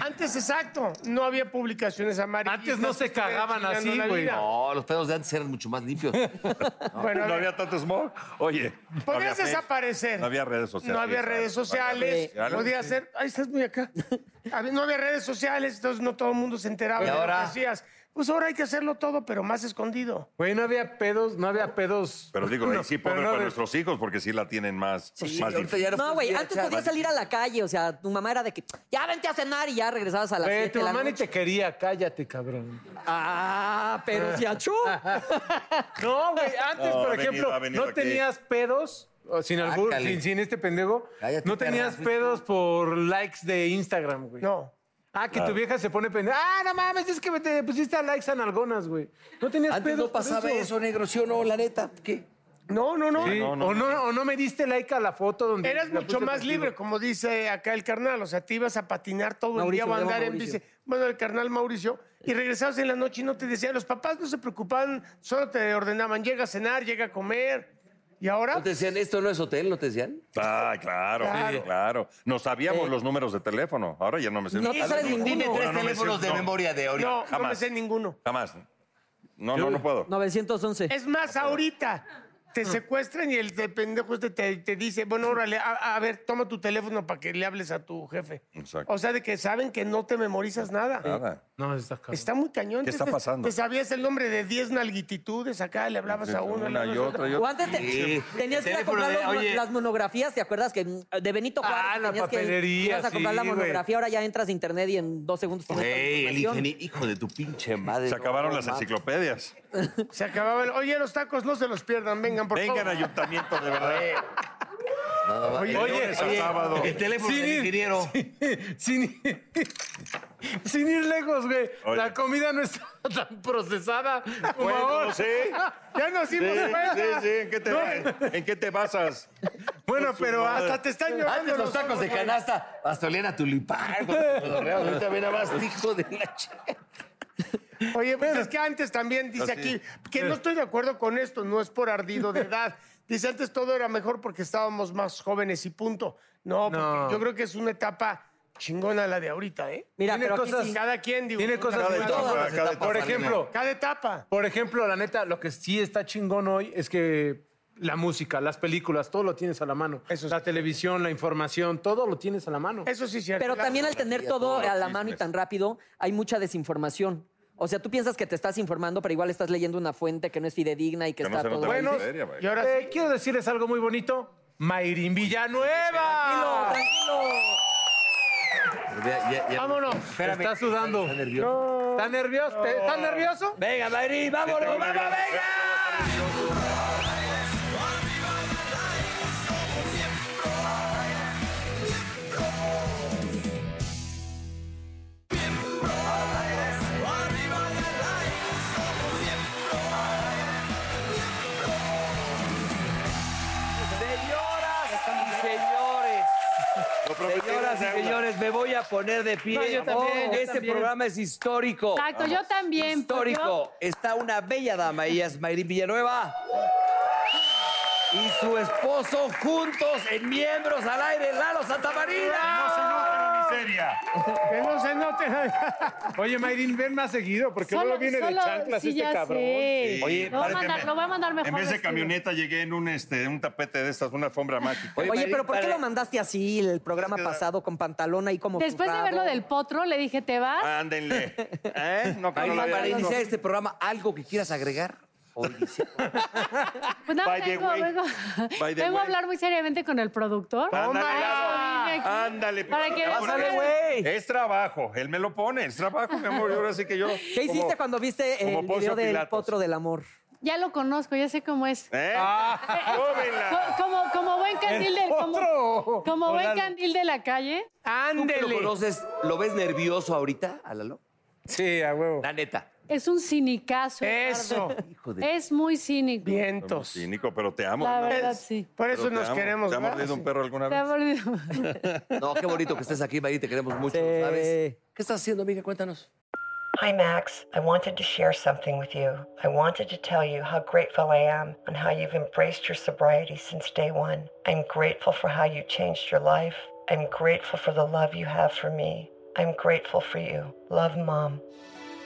E: Antes, exacto, no había publicaciones amarillas.
B: Antes no se cagaban así, güey.
C: No, los pedos de antes eran mucho más limpios.
E: Bueno, a
D: no
E: ver.
D: había tanto smog. Oye. no
E: Podías
D: había Facebook,
E: desaparecer.
D: No había redes sociales.
E: No había redes sociales.
D: No había redes
E: Podías ser. Ay, estás muy acá. A ver, No había redes sociales, entonces no todo el mundo se enteraba
C: ¿Y
E: de
C: ahora?
E: lo que hacías. Pues ahora hay que hacerlo todo, pero más escondido.
B: Güey, no había pedos, no había pedos.
D: Pero digo, ahí
B: No,
D: sí pobre
B: pero no
D: para
B: había-
D: nuestros hijos porque sí la tienen más, más
C: ahorita
D: difícil.
C: ya
F: No, güey,
C: puedes ir a
F: antes
C: echar.
F: podías salir a la calle, o sea, tu mamá era de que ya vente a cenar y ya regresabas a las
B: Güey,
F: siete
B: tu
F: de la
B: mamá ni
F: noche.
B: te quería, cállate, cabrón.
F: Ah, pero si achú.
B: No, güey, antes,
D: No,
B: por
D: ha venido,
B: ejemplo,
D: ha venido
B: no
D: aquí.
B: tenías pedos, o sin, algún,
C: Ácale.
B: sin, sin este pendejo,
C: Cállate,
B: no tenías
C: perra.
B: pedos por likes de Instagram, güey.
E: No.
B: Ah, que tu vieja se pone pendeja. Ah, no mames, es que te pusiste a likes analgonas, güey. No tenías
C: Antes
B: pedos
C: no
B: por
C: pasaba eso. negro, ¿sí o no? La neta, ¿qué?
E: No, no, no.
B: Sí,
D: No, no,
B: o, no, o no me diste like a la foto donde...
E: Eras
B: la
E: mucho
B: puse
E: más
B: contigo.
E: libre, como dice acá el carnal. O sea, te ibas a patinar todo
F: Mauricio,
E: el día o a
F: me llamo
E: andar en
F: Mauricio.
E: bici. Bueno, el carnal Mauricio. Y regresabas en la noche y no te decían. Los papás no se preocupaban, solo te ordenaban, llega a cenar, llega a comer. Y ahora,
C: ¿No te decían esto no es hotel? ¿No te decían?
D: Ah, claro, claro,
E: Claro.
D: No sabíamos los números de teléfono. Ahora ya no me sé.
F: No te
D: Ahora
F: sabes ninguno.
D: no me sé-
C: tres teléfonos de
D: no,
C: memoria de ahorita.
E: no, no me
D: jamás.
E: sé ninguno.
D: Jamás. No, no, no puedo.
F: 911.
E: Es más, ahorita te secuestran y el de pendejo este te, te dice, bueno, órale, a, a ver, toma tu teléfono para que le hables a tu jefe.
D: Exacto.
E: O sea, de que saben que no te memorizas nada.
D: Nada.
B: No, está Ah, cabrón.
E: Está muy cañón.
D: ¿Qué
E: Te-
D: está
E: te-
D: pasando?
E: Te sabías el nombre de 10 nalguititudes, acá le hablabas a uno.
D: Una
E: le hablabas
D: y
E: a
D: otra y
F: O
D: otra.
F: antes te-
C: Sí.
F: tenías que ir a
C: Teléfono
F: comprar
C: de,
F: los-
C: oye.
F: las monografías, ¿te acuerdas? que mm, De Benito Juárez.
B: Ah, la
F: tenías que ir,
B: papelería,
F: ibas a comprar la
B: sí, güey.
F: monografía, ahora ya entras a internet y en dos segundos tienes toda la
C: Güey, el
F: información.
C: ingeniero, hijo de tu pinche madre.
D: Se acabaron
C: No,
D: las
C: no,
D: enciclopedias.
E: Se acababa el, oye, los tacos no se los pierdan, vengan por
D: Vengan,
E: favor.
D: ayuntamiento, de verdad.
C: no, no,
D: Oye,
C: el-
D: oye,
C: oye,
D: sábado.
C: El teléfono del ingeniero.
B: sin, sin ir lejos, güey.
D: Oye.
B: La comida no está tan procesada como ahora.
D: Bueno, sí.
E: Ya nos
D: Sí,
E: dimos cuenta.
D: sí, sí. ¿En qué te, en qué te basas?
B: Bueno, pero
D: madre.
B: hasta te están llorando.
C: Antes los tacos de canasta hasta olían a tulipán. con los pedorreos. Ahorita ven a más, hijo de la chica.
E: Oye, pues es que antes también dice
D: Así.
E: aquí que no estoy de acuerdo con esto, no es por ardido de edad. Dice antes todo era mejor porque estábamos más jóvenes y punto. No, porque
B: No.
E: yo creo que es una etapa chingona la de ahorita, ¿eh?
F: Mira,
B: Tiene
F: pero aquí
B: cosas-
F: sí-
E: Cada quien, digo.
B: Tiene
E: ¿no?
B: cosas
E: cada,
B: de
C: Todas
B: todo.
C: las etapas,
B: Por ejemplo,
E: cada etapa.
B: Por ejemplo, la neta, lo que sí está chingón hoy es que la música, las películas, todo lo tienes a la mano.
E: Eso sí.
B: la televisión, la información, todo lo tienes a la mano.
E: Eso sí es cierto.
F: Pero
E: Claro.
F: también al tener todo a la mano y tan rápido, hay mucha desinformación. O sea, tú piensas que te estás informando, pero igual estás leyendo una fuente que no es fidedigna y que,
D: Que no
F: está
D: se
F: todo...
D: nota la
B: Bueno,
D: miseria, güey.
E: Y ahora
B: Eh,
E: sí,
B: quiero decirles algo muy bonito. Mayrin Villanueva.
F: Tranquilo, tranquilo.
C: Pero vea, ya- ya-
E: vámonos.
C: Espérame.
B: Está sudando.
C: Está nervioso.
B: ¿Está nervioso? ¿Está nervioso?
C: Venga, Mayri, vámonos, vamos, venga.
G: Señoras y señores.
D: Lo prometido
G: Señoras
D: es deuda.
G: y señores, me voy a poner de pie.
B: No, yo también, yo
G: este
B: también.
G: programa es histórico.
H: Exacto, yo
B: pues,
H: también. porque yo-
G: Histórico. Está una bella dama, ella es Mayrín Villanueva. Y su esposo juntos en miembros al aire, Lalo Santamarina.
D: No se nota la miseria.
E: Que no se note.
B: Oye, Mayrin, ven más seguido, porque
H: solo-
B: luego viene de
H: solo-
B: chanclas
H: sí,
B: este
H: ya
B: cabrón.
H: sé.
D: Sí. Oye,
H: lo, voy a
D: párate,
H: mandar,
D: me-
H: lo voy a mandar mejor.
D: En vez de
H: vestido.
D: camioneta llegué en un, este, un tapete de estas, una alfombra mágica.
F: Oye, pero ¿por qué
G: para-
F: lo mandaste así el programa pasado con pantalón ahí como
H: Después de ver lo
F: zurrado?
H: del potro, le dije, ¿te vas?
D: Ah, Ándenle. ¿Eh? No, pero
G: Mayrín,
D: la
G: para
D: verdad, no.
G: iniciar este programa, algo que quieras agregar.
H: Pues nada,
D: By the
H: vengo,
D: way.
H: vengo,
D: By the way.
H: vengo a hablar muy seriamente con el productor.
D: Ándale,
H: Para
D: Lalo.
H: eso vine aquí.
D: Ándale, pues,
H: Para que
D: Lalo,
H: vean-
G: Pásale, güey.
D: Es trabajo, él me lo pone, es trabajo, mi amor. y ahora sí que yo.
F: ¿Qué hiciste cuando viste
D: como
F: el
D: Poncio
F: video del
D: Pilatos.
F: potro del amor?
H: Ya lo conozco, ya sé cómo es.
D: ¿Eh?
B: Ah,
H: Co- Como, como buen candil del
B: potro.
H: como, como
B: O
H: buen
B: Lalo.
H: candil de la calle.
G: ¿Tú que lo
E: Ándele.
G: conoces, lo ves nervioso ahorita, a Lalo?
B: sí, a huevo.
G: La neta.
H: Es un cinicazo.
E: Eso.
G: Hijo de...
H: Es muy cínico.
E: Vientos.
D: Cínico, pero te amo.
H: La
D: ¿no?
H: verdad, sí.
E: Por
D: Pero
E: eso
D: te
E: nos
D: amo.
E: queremos.
D: ¿Te ha
E: ¿verdad?
D: mordido un perro alguna
H: Te ha
D: vez?
H: mordido.
G: No, qué bonito que estés aquí, Mayrín, te queremos mucho,
F: Sí.
G: ¿sabes? ¿Qué estás haciendo, amiga? Cuéntanos.
I: Hi, Max. I wanted to share something with you. I wanted to tell you how grateful I am and how you've embraced your sobriety since day one. I'm grateful for how you changed your life. I'm grateful for the love you have for me. I'm grateful for you. Love, Mom.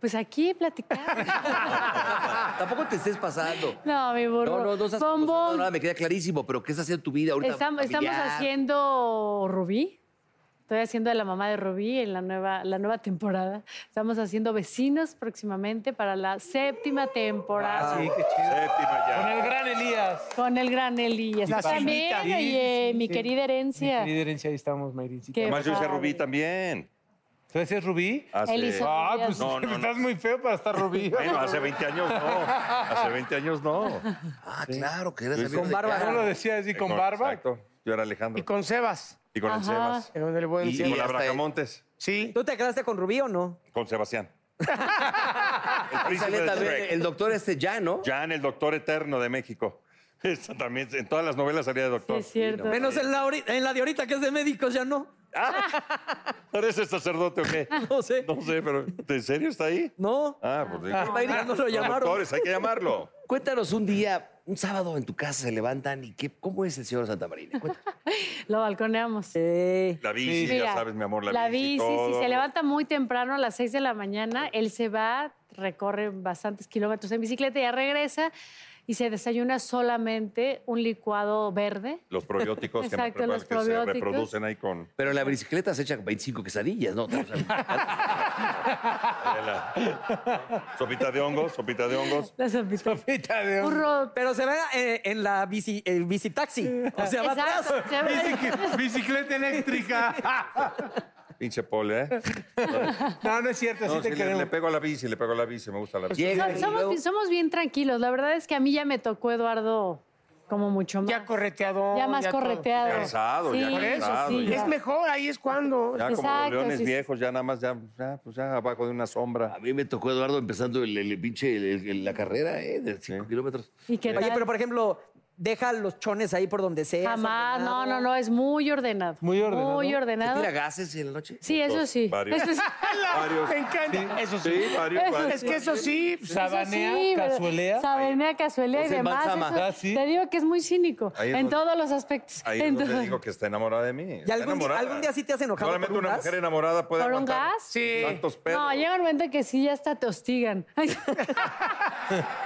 H: Pues aquí platicar.
G: Tampoco te estés pasando.
H: No, mi burro.
G: No, no, no seas
H: Bombón,
G: no, nada, me queda clarísimo, pero ¿qué estás haciendo en tu vida ahorita?
H: Estamos, estamos
G: Familiar.
H: haciendo Rubí. Estoy haciendo de la mamá de Rubí en la nueva, la nueva temporada. Estamos haciendo vecinos próximamente para la séptima temporada
B: Ah, Sí, qué chido.
D: Séptima
B: Con
D: ya.
B: el gran Elías.
H: con el gran Eli. Estás también,
B: Sí,
H: oye,
B: sí,
H: mi
B: sí.
H: querida herencia.
B: Mi querida herencia, ahí estamos, Mayrin. sí.
H: Qué
D: Además, yo hice
H: padre.
D: Rubí también.
B: Entonces es Rubí.
D: Hace- Él hizo
B: Ah,
D: Rubí
B: pues
D: hace- No, no, no.
B: estás muy feo para estar Rubí.
D: Bueno, hace 20 años no. Hace 20 años no.
J: Ah, claro, que eras
D: Yo
J: amigo
D: hice-
J: de Caro.
D: Eh, Exacto. Yo era Alejandro.
E: Y con Sebas.
D: Y con el
E: Ajá.
D: Sebas.
E: Y con el buen
D: y, y
E: Sebas.
D: con la Bracamontes.
E: Sí.
F: ¿Tú te quedaste con Rubí o no?
D: Con Sebastián. el,
C: Ahí sale también el doctor este Jan, ¿no?
D: Jan, el doctor eterno de México. Eso también, en todas las novelas salía de doctor.
F: Menos en la, ori- en la de ahorita, que es de médicos, ya no.
D: Ah, ¿Eres el sacerdote o qué?
F: No sé.
D: No sé, pero ¿en serio está ahí?
F: No.
D: Ah, pues
C: Ah, Mayri,
D: Ah,
C: no lo llamaron.
D: Doctores, hay que llamarlo.
C: Cuéntanos un día, un sábado en tu casa se levantan y qué, ¿cómo es el señor Santa Marina?
H: Lo balconeamos.
D: La bici,
H: Sí.
D: ya
H: Mira,
D: sabes, mi amor, la,
H: La
D: bici.
H: bici, si
D: todo.
H: se levanta muy temprano a las 6 de la mañana, él se va, recorre bastantes kilómetros en bicicleta, ya regresa y se desayuna solamente un licuado verde.
D: Los probióticos que, me
H: Exacto,
D: preparan,
H: los
D: que
H: probióticos.
D: se reproducen ahí con.
C: Pero en la bicicleta se echa 25 quesadillas, ¿no? O sea,
D: la- Sopita de hongos, sopita de hongos.
H: La sopita.
B: de
F: Pero se va eh, en la bici, el bicitaxi. O sea, va
H: Exacto,
F: atrás.
H: se va-
B: Bicic- Bicicleta eléctrica.
D: Pinche pole, ¿eh?
B: No, no es cierto,
D: No,
B: sí te
D: sí, le,
B: queremos.
D: le pego a la bici, le pego a la bici, me gusta la bici.
H: So- Pues, somos, bien- somos bien tranquilos. La verdad es que a mí ya me tocó Eduardo como mucho más. Ya
E: correteado.
H: Ya más
E: ya todo.
H: correteado.
D: Cansado, ya
H: Sí,
D: cansado,
H: sí,
D: ya.
E: Es mejor, ahí es cuando.
H: pues,
D: Ya como los leones
E: sí, sí.
D: viejos, ya nada más, ya, ya, pues ya abajo de una sombra.
C: A mí me tocó Eduardo empezando el, el pinche el- el- la carrera, ¿eh? De 5 kilómetros.
H: ¿Y qué
F: Oye,
H: tal?
F: pero por ejemplo, deja los chones ahí por donde sea.
H: Jamás, no, no, no, es muy ordenado. Muy
F: ordenado.
H: Muy ordenado.
C: ¿Te tira gases en la noche?
H: Sí, eso sí.
C: Varios.
H: Eso sí.
C: Varios.
E: Me encanta.
C: Sí,
E: eso sí.
C: sí, varios,
E: Eso
C: varios.
E: Es que eso sí.
H: Eso sí, pero- Sabanea, cazuelea y
D: Los
H: demás.
D: embalsama.
H: eso-
D: Ah, sí.
H: Te digo que es muy cínico
D: Ahí es
H: en
D: donde-
H: todos los aspectos.
D: Ahí
H: En
D: es donde
H: todo.
D: digo que está enamorada de mí.
F: ¿Y algún día, algún día sí te has enojado
D: Solamente
F: por un
D: una
F: gas?
D: mujer enamorada puede
H: ¿Por un
D: aguantar
H: gas? Sí.
D: tantos pedos.
H: No, llega un momento que sí, ya hasta te hostigan.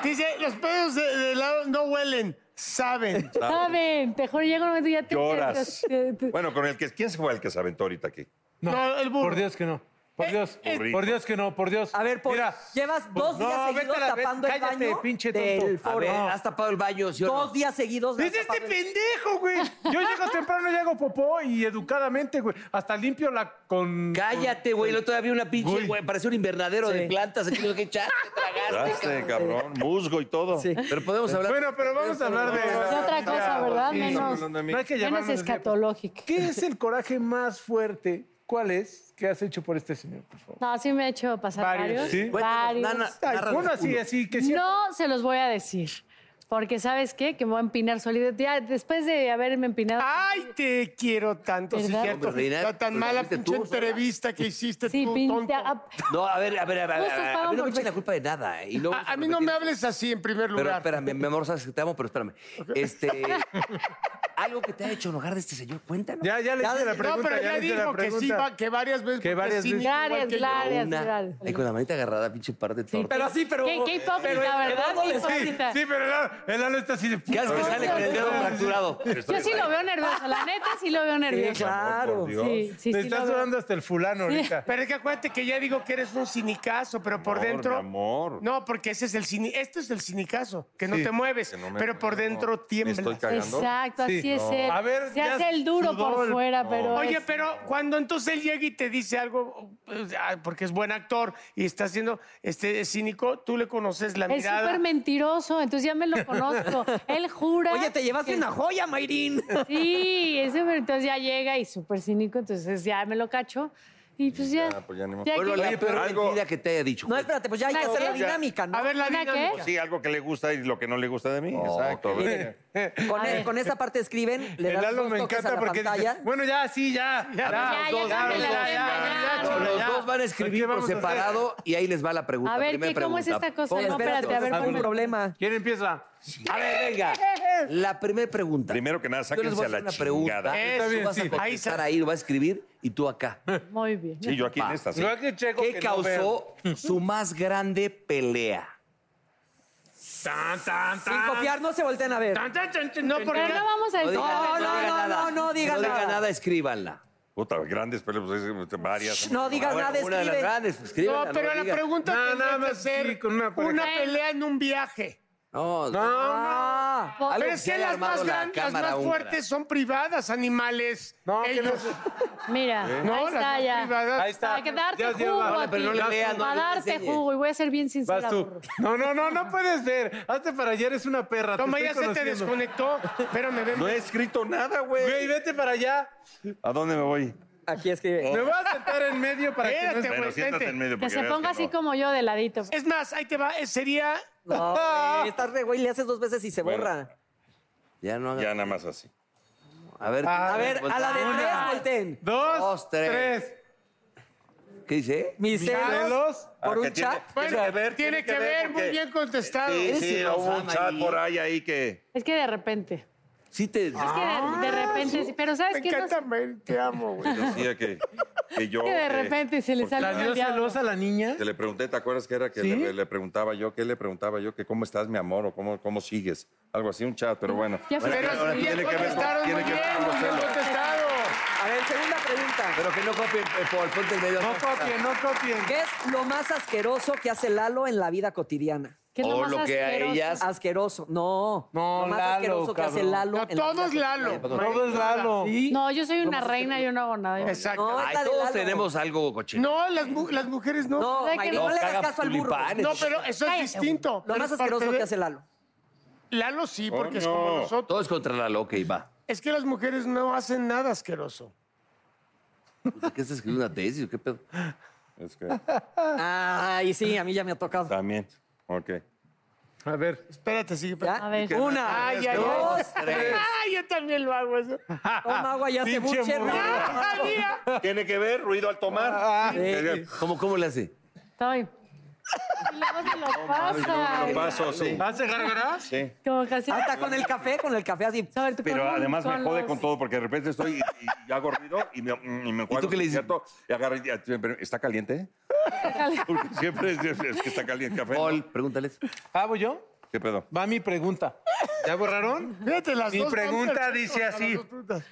E: Dice, los pedos de, de lado no huelen, saben.
H: Saben, mejor llega un momento y ya te
D: Lloras.
H: te- te-
D: Bueno, con el que ¿quién se fue el que se aventó ahorita aquí? Eh,
B: No, Por Dios que no. Por Dios, por Dios que no, por Dios. A ver,
D: Mira,
F: Llevas dos
B: Pues No,
F: días
B: vete
F: seguidos
B: a la-
F: tapando el
B: cállate,
F: baño
B: pinche
F: del
B: tonto. A
F: foro.
B: ver, No. ¿has
C: tapado el baño,
F: Dos días seguidos.
B: Es este pendejo, güey. Yo llego temprano y hago popó y educadamente, güey. Hasta limpio la con.
C: Cállate, güey. Lo todavía una pinche, güey. Parece un invernadero de plantas. Aquí lo que echaste, tragaste.
D: Este cabrón, musgo y todo.
C: Pero podemos hablar.
B: Bueno, pero vamos a hablar de.
H: De otra cosa, ¿verdad?
B: Sí,
H: Menos,
B: no, no, no, no hay que
H: menos
B: llamarnos de-
H: escatológica.
B: ¿Qué es el coraje más fuerte? ¿Cuál es? ¿Qué has hecho por este señor, por favor?
H: No, sí me he hecho pasar
B: Varios.
H: varios.
B: ¿Sí?
H: Varios.
B: Cuéntanos, nana, narra Uno así, uno. así, que sí.
H: No se los voy a decir. Porque, ¿sabes qué? Que me voy a empinar sólido. Ya, después de haberme empinado...
E: ¡Ay, te quiero tanto! Sí,
H: ¿Verdad?
E: cierto.
C: Hombre, Reina,
E: Está tan
C: pues,
E: mala
C: fuiste
E: pinche
C: tú, ¿verdad?
E: entrevista que hiciste
H: Sí,
E: tú,
H: pinta-
E: tonto.
H: ah,
C: No, a ver, a ver, a ver. A, ver,
E: Justo
C: a ver,
E: estábamos
C: no me eches
E: porque-
C: la culpa de nada. ¿eh? Y luego
B: Ah,
E: A, a mí no me hables así en primer
C: Pero
E: lugar.
C: espérame, mi amor, sabes que te amo, pero espérame. Este, algo que te ha hecho enojar de este señor, cuéntanos.
B: Ya, ya le hice la pregunta.
E: no, pero
B: ya
E: ya
B: le hice la
E: dijo que sí,
B: pregunta.
E: va- que varias veces.
B: Que
E: porque
B: varias
E: sí,
B: veces.
E: igual
H: Varias,
E: que yo.
H: varias,
C: Una-
H: varias.
C: Ahí con la manita agarrada, pinche par de torta.
F: Pero sí, pero...
H: Qué, qué hipócrita,
F: pero-
H: ¿verdad? Qué
F: pero no le-
B: Sí,
H: hipócrita.
B: sí, pero el Lalo- el Lalo está así de.
C: ¿Qué haces que
B: puta.
C: sale con el dedo fracturado?
H: Yo sí lo veo nervioso. La neta, sí lo veo nervioso.
B: Por Dios.
H: Sí, sí,
B: Te
H: sí
B: estás
H: lo veo.
B: sudando hasta el fulano
H: Sí.
B: ahorita.
E: Pero es que acuérdate que ya digo que eres un cinicazo, pero por
D: Amor,
E: dentro.
D: mi amor.
E: No, porque ese es el cini, este es el cinicazo, que no
B: Sí,
E: te mueves,
D: que no me
E: pero por
D: muevo.
E: dentro
D: Me
E: tiemblas.
D: estoy cagando.
H: Exacto, así
D: Sí.
H: es
D: No.
H: él.
D: A ver,
H: Se
B: ya
H: hace el duro
B: sudó
H: por
B: el-
H: fuera,
B: No.
H: pero.
E: Oye,
H: es-
E: pero cuando entonces él llega y te dice algo, pues, ah, porque es buen actor y está siendo este, cínico, tú le conoces la
H: Es
E: mirada.
H: súper mentiroso, entonces ya me lo conozco. Él jura.
F: Oye, te llevaste
H: que-
F: una joya, Mayrín.
H: Sí, ese, pero entonces ya llega y súper cínico, entonces ya me lo cacho. Y pues ya.
D: Ah, pues ya ni modo.
H: Ya
C: Bueno,
H: que-
C: la peor mentira que te haya dicho.
F: No, espérate, pues ya hay que
H: Claro,
F: hacer la
H: ya.
F: dinámica, ¿no?
E: A ver, la
H: ¿Una qué?
E: dinámica.
D: Sí, algo que le gusta y lo que no le gusta de mí. Exacto. a ver.
F: Con,
H: A
F: e-
H: ver.
F: con esta parte escriben, le
B: El
F: dan
B: Lalo
F: dos
B: me
F: toques a
B: encanta
F: la
B: porque dice,
F: pantalla.
B: bueno, ya, sí, ya. Ya,
H: ya,
B: los dos,
H: ya,
B: los
H: cámbiale la
B: dos,
H: agenda,
B: ya,
H: ya.
B: chole,
C: Los
B: ya.
C: dos van a
B: ¿Qué
C: escribir
B: vamos
C: por
B: a hacer?
C: separado y ahí les va la pregunta.
H: A ver,
C: primera
H: ¿qué, cómo es
C: pregunta.
H: esta cosa?
F: Espérate,
H: No, espérate, a ver,
F: espérate,
H: ponme-
F: problema.
B: ¿Quién empieza?
C: A ver, venga. La primera pregunta.
D: Primero que nada,
C: Yo les
D: sáquense
C: voy
D: a
C: a hacer
D: la
C: una pregunta.
D: chingada.
C: Tú
E: Eso,
C: vas a
E: sí. Ahí
C: contestar
E: está.
C: ahí, lo vas a escribir y tú acá.
H: Muy bien.
D: Sí, yo aquí en esta, sí.
B: Yo aquí checo
C: ¿Qué
B: que no vean.
C: causó su más grande pelea?
B: Tan, tan, tan.
F: Sin copiar, no se volteen a ver.
B: Tan, tan, tan, tan,
E: No,
B: tan,
E: porque-
H: Pero no vamos a decir.
F: No, no,
C: digan
F: no,
C: nada.
F: no, no digas
C: No digan
F: nada.
C: nada, escríbanla.
D: Puta, grandes peleas, pues, es- varias.
F: No digas
C: Bueno,
F: nada,
C: una de las
F: escribe.
C: grandes, pues, escríbanla.
E: No, pero
C: no
E: la
C: digas.
E: pregunta
B: No,
E: tendría
B: nada
E: que
B: más, sí,
E: ser
B: con una
E: una,
B: pareja.
E: pelea en un viaje.
C: No,
B: No, no.
F: Ah, cámara.
E: Pero es que las más grandes, las más fuertes son privadas, animales. No, Ellos.
F: ¿Eh?
H: Mira,
E: No,
H: ahí
E: las
H: está
E: más
H: ya.
E: privadas. Ahí está.
H: Para que darte
E: Ya, ya,
H: jugo
E: vale,
H: a ti.
E: pero no le leas, no
H: Para
E: le
H: darte
E: enseñes.
H: jugo. Y voy a ser bien sincera.
B: Vas tú.
H: burro.
B: No, no, no, no puedes ver. Hazte para allá, eres una perra.
E: Toma,
B: estoy
E: ya se te
B: conociendo.
E: desconectó. Espérame, ven.
D: No he escrito nada, güey.
B: Güey, vete para allá.
D: ¿A dónde me voy?
F: Aquí es que.
B: Me voy a sentar en medio para que no
E: Espérate, güey,
D: Bueno, siéntate
E: vente.
D: en medio.
H: Que
D: porque
H: se
D: veas
H: ponga
D: que
H: así
D: no.
H: como yo de ladito.
E: Es más, ahí te va. eh, Sería.
F: No, güey, estás re güey, le haces dos veces y se
D: Bueno.
F: borra.
C: Ya no hagas-
D: Ya nada más así.
C: A ver,
F: A ver, a la de tres, volteen.
B: Dos,
C: Dos, tres.
B: tres.
C: ¿Qué dice?
F: Mis celos
B: Celos.
F: por
D: Ah, que
F: un chat.
D: Tiene
E: Bueno,
D: que ver,
E: tiene que ver, muy
D: porque-
E: bien contestado.
D: Sí,
C: Ese
D: sí,
C: nos
D: hubo un
C: ama
D: chat
C: ahí.
D: por ahí ahí que.
H: Es que Ah. de repente.
C: Sí te...
H: Es que de, de repente. sí, Pero ¿sabes
E: Me
H: qué? No
E: encanta, men, te amo, güey.
D: Decía que, que yo.
H: Que de
D: eh,
H: repente se le
D: porque
H: sale
D: la-
B: ¿La dio celosa la niña?
D: Que le pregunté, ¿te acuerdas que era que
B: ¿Sí?
D: le, le preguntaba yo? ¿Qué le preguntaba yo? Que cómo estás, mi amor, o cómo, cómo sigues. Algo así, un chat, pero bueno.
H: Ya
D: Bueno,
H: fue.
E: Pero
D: ahora
E: sí,
D: tiene
E: bien
D: que ver con-
E: contestaron muy
D: tiene que
E: bien,
D: ver con los
E: muy bien
D: celos.
E: contestado.
F: A ver, segunda pregunta.
C: Pero que no copien, eh, Paul, ponte en medio.
B: No copien, no copien.
F: ¿Qué es lo más asqueroso que hace Lalo en la vida cotidiana?
H: ¿Qué es lo
C: O
H: más
C: lo que a
H: asqueroso?
C: ellas-
F: Asqueroso. No.
C: No,
F: Lo más
C: Lalo,
F: asqueroso que hace
C: cabrón.
F: Lalo.
E: No,
F: en la
E: todo
F: vida
E: es Lalo.
F: cotidiana.
B: Todo es Lalo.
H: No, yo soy una
F: más
H: reina, yo no hago nada. yo-
E: Exacto.
F: No,
C: Ay,
F: es la de
C: todos
F: Lalo.
C: tenemos algo cochino.
E: No, las, mu- las mujeres no.
F: No,
H: O sea que
F: Mayrin,
H: no
F: no le
C: caga
F: hagas caso al burro.
C: tulipanes.
E: No, pero eso es
H: Cállate,
E: distinto.
F: Lo
E: Es
F: más
E: parte
F: asqueroso
E: de-
F: que hace Lalo.
E: Lalo sí, porque es
D: Coño.
E: como nosotros.
C: Todo es contra la loca y va.
E: Es que las mujeres no hacen nada asqueroso.
C: Puta, Pues, ¿Qué estás escribiendo una tesis? o ¿Qué pedo?
D: Es que
F: Ay, sí, a mí ya me ha tocado.
D: también. Ok.
B: A ver.
E: Espérate, sigue.
F: ¿Ya?
H: A ver.
F: Una,
E: Ay, ay,
F: dos,
E: ay.
F: tres.
E: Ay, yo también lo hago eso.
F: Toma agua y hace
B: Pinche
F: buche.
B: burro.
E: Ah, mira.
D: Tiene que ver ruido al
E: Ah,
D: tomar. Eh,
C: ¿Cómo, ¿Cómo le hace?
H: Estoy. Y luego se lo pasa.
D: Lo paso, sí.
B: ¿Hace gárgaras?
D: Sí.
H: Como casi.
F: Hasta con el café, con el café así.
H: Sobre tu-
D: Pero
H: con-
D: además me jode
H: los-
D: con todo porque de repente estoy y, y hago ruido y me, y me enjuago,
C: tú qué le dices?
D: ¿cierto? Y agarro y- y- ¿Está caliente? Porque siempre es, es que está caliente el café. ¿no?
C: Paul, pregúntales.
B: ¿Ah, voy yo?
D: ¿Qué pedo?
B: Va mi pregunta. ¿Ya borraron?
E: Fíjate, las
B: Mi
E: dos son
B: pregunta
E: perfectas,
B: dice
E: las
B: así.
E: dos preguntas.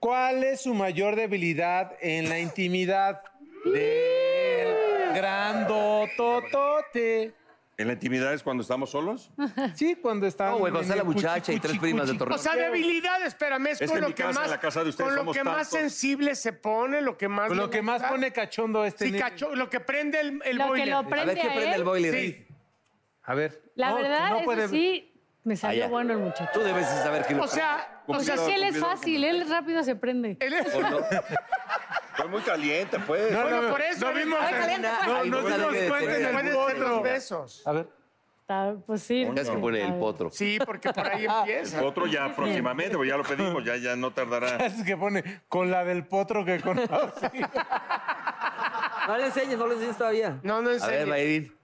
B: ¿Cuál es su mayor debilidad en la intimidad del grandototote?
D: ¿En la intimidad es cuando estamos solos?
B: Sí, cuando está.
C: No, güey, cuando está la muchacha y tres primas de
E: O
C: Torreón.
E: sea, debilidad, espérame, es,
D: Es que
E: con
D: en
E: lo
D: mi
E: que
D: casa,
E: más.
D: en la casa de ustedes
E: con lo
D: somos
E: que más
D: tantos.
E: sensible se pone, lo que más.
B: Lo
E: le
B: que más
E: gusta.
B: pone cachondo este.
E: Sí,
B: nene.
E: cacho, lo que prende el, el
H: Lo que
E: boiler.
H: lo
C: A ver,
H: prende
C: ¿qué
H: a
C: prende el
H: él?
C: boiler?
B: A ver.
H: La
B: No,
H: verdad,
B: no
H: eso
B: puede-
H: sí, me salió
C: Allá.
H: bueno el muchacho.
C: Tú debes de saber que...
E: O sea,
H: O sea, es que él es
D: Cumplidor,
H: fácil, él rápido se prende.
E: él es-
D: Estoy muy caliente, pues.
B: No,
E: bueno,
B: no,
E: por eso.
B: no
E: él-
B: vimos-
E: Ay,
B: no,
E: caliente,
C: no,
B: no, no
C: no,
B: dimos
C: debe
B: cuenta
C: de
B: en
C: tener-
B: el
E: Puedes tener los
B: potro.
E: besos.
B: A ver.
H: Está- Pues sí.
C: Tengas que pone el potro.
E: Sí, porque por ahí empieza.
D: Otro ya próximamente, porque ya lo pedimos, ya, ya no tardará.
B: Es que pone con la del potro que con
F: No le enseñes, no le enseñes todavía.
E: No, no, en
C: A ver,
E: serio.
C: Mayrin.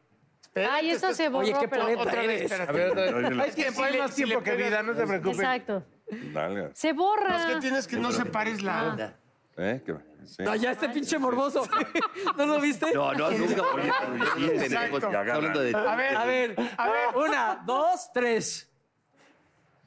H: Ay, eso se borró.
F: Oye, qué
H: pero-
F: planeta
E: Otra vez,
F: eres.
E: espérate.
B: A ver, otra vez.
D: Dale.
B: hay tiempo, hay
E: Si le-
B: más
E: si le
B: tiempo que
E: pegas-
B: vida, no se preocupen.
H: Exacto.
D: Dale.
H: Se borra.
E: ¿Qué tienes que no separes la.
D: ¿Eh? ¿Qué? Sí.
F: No, ya este pinche morboso. ¿No lo viste?
C: No, no, nunca. Oye, pero ya tenemos-
E: Exacto.
C: está hablando de...
E: A ver,
F: A ver, a ver. Una, dos, tres.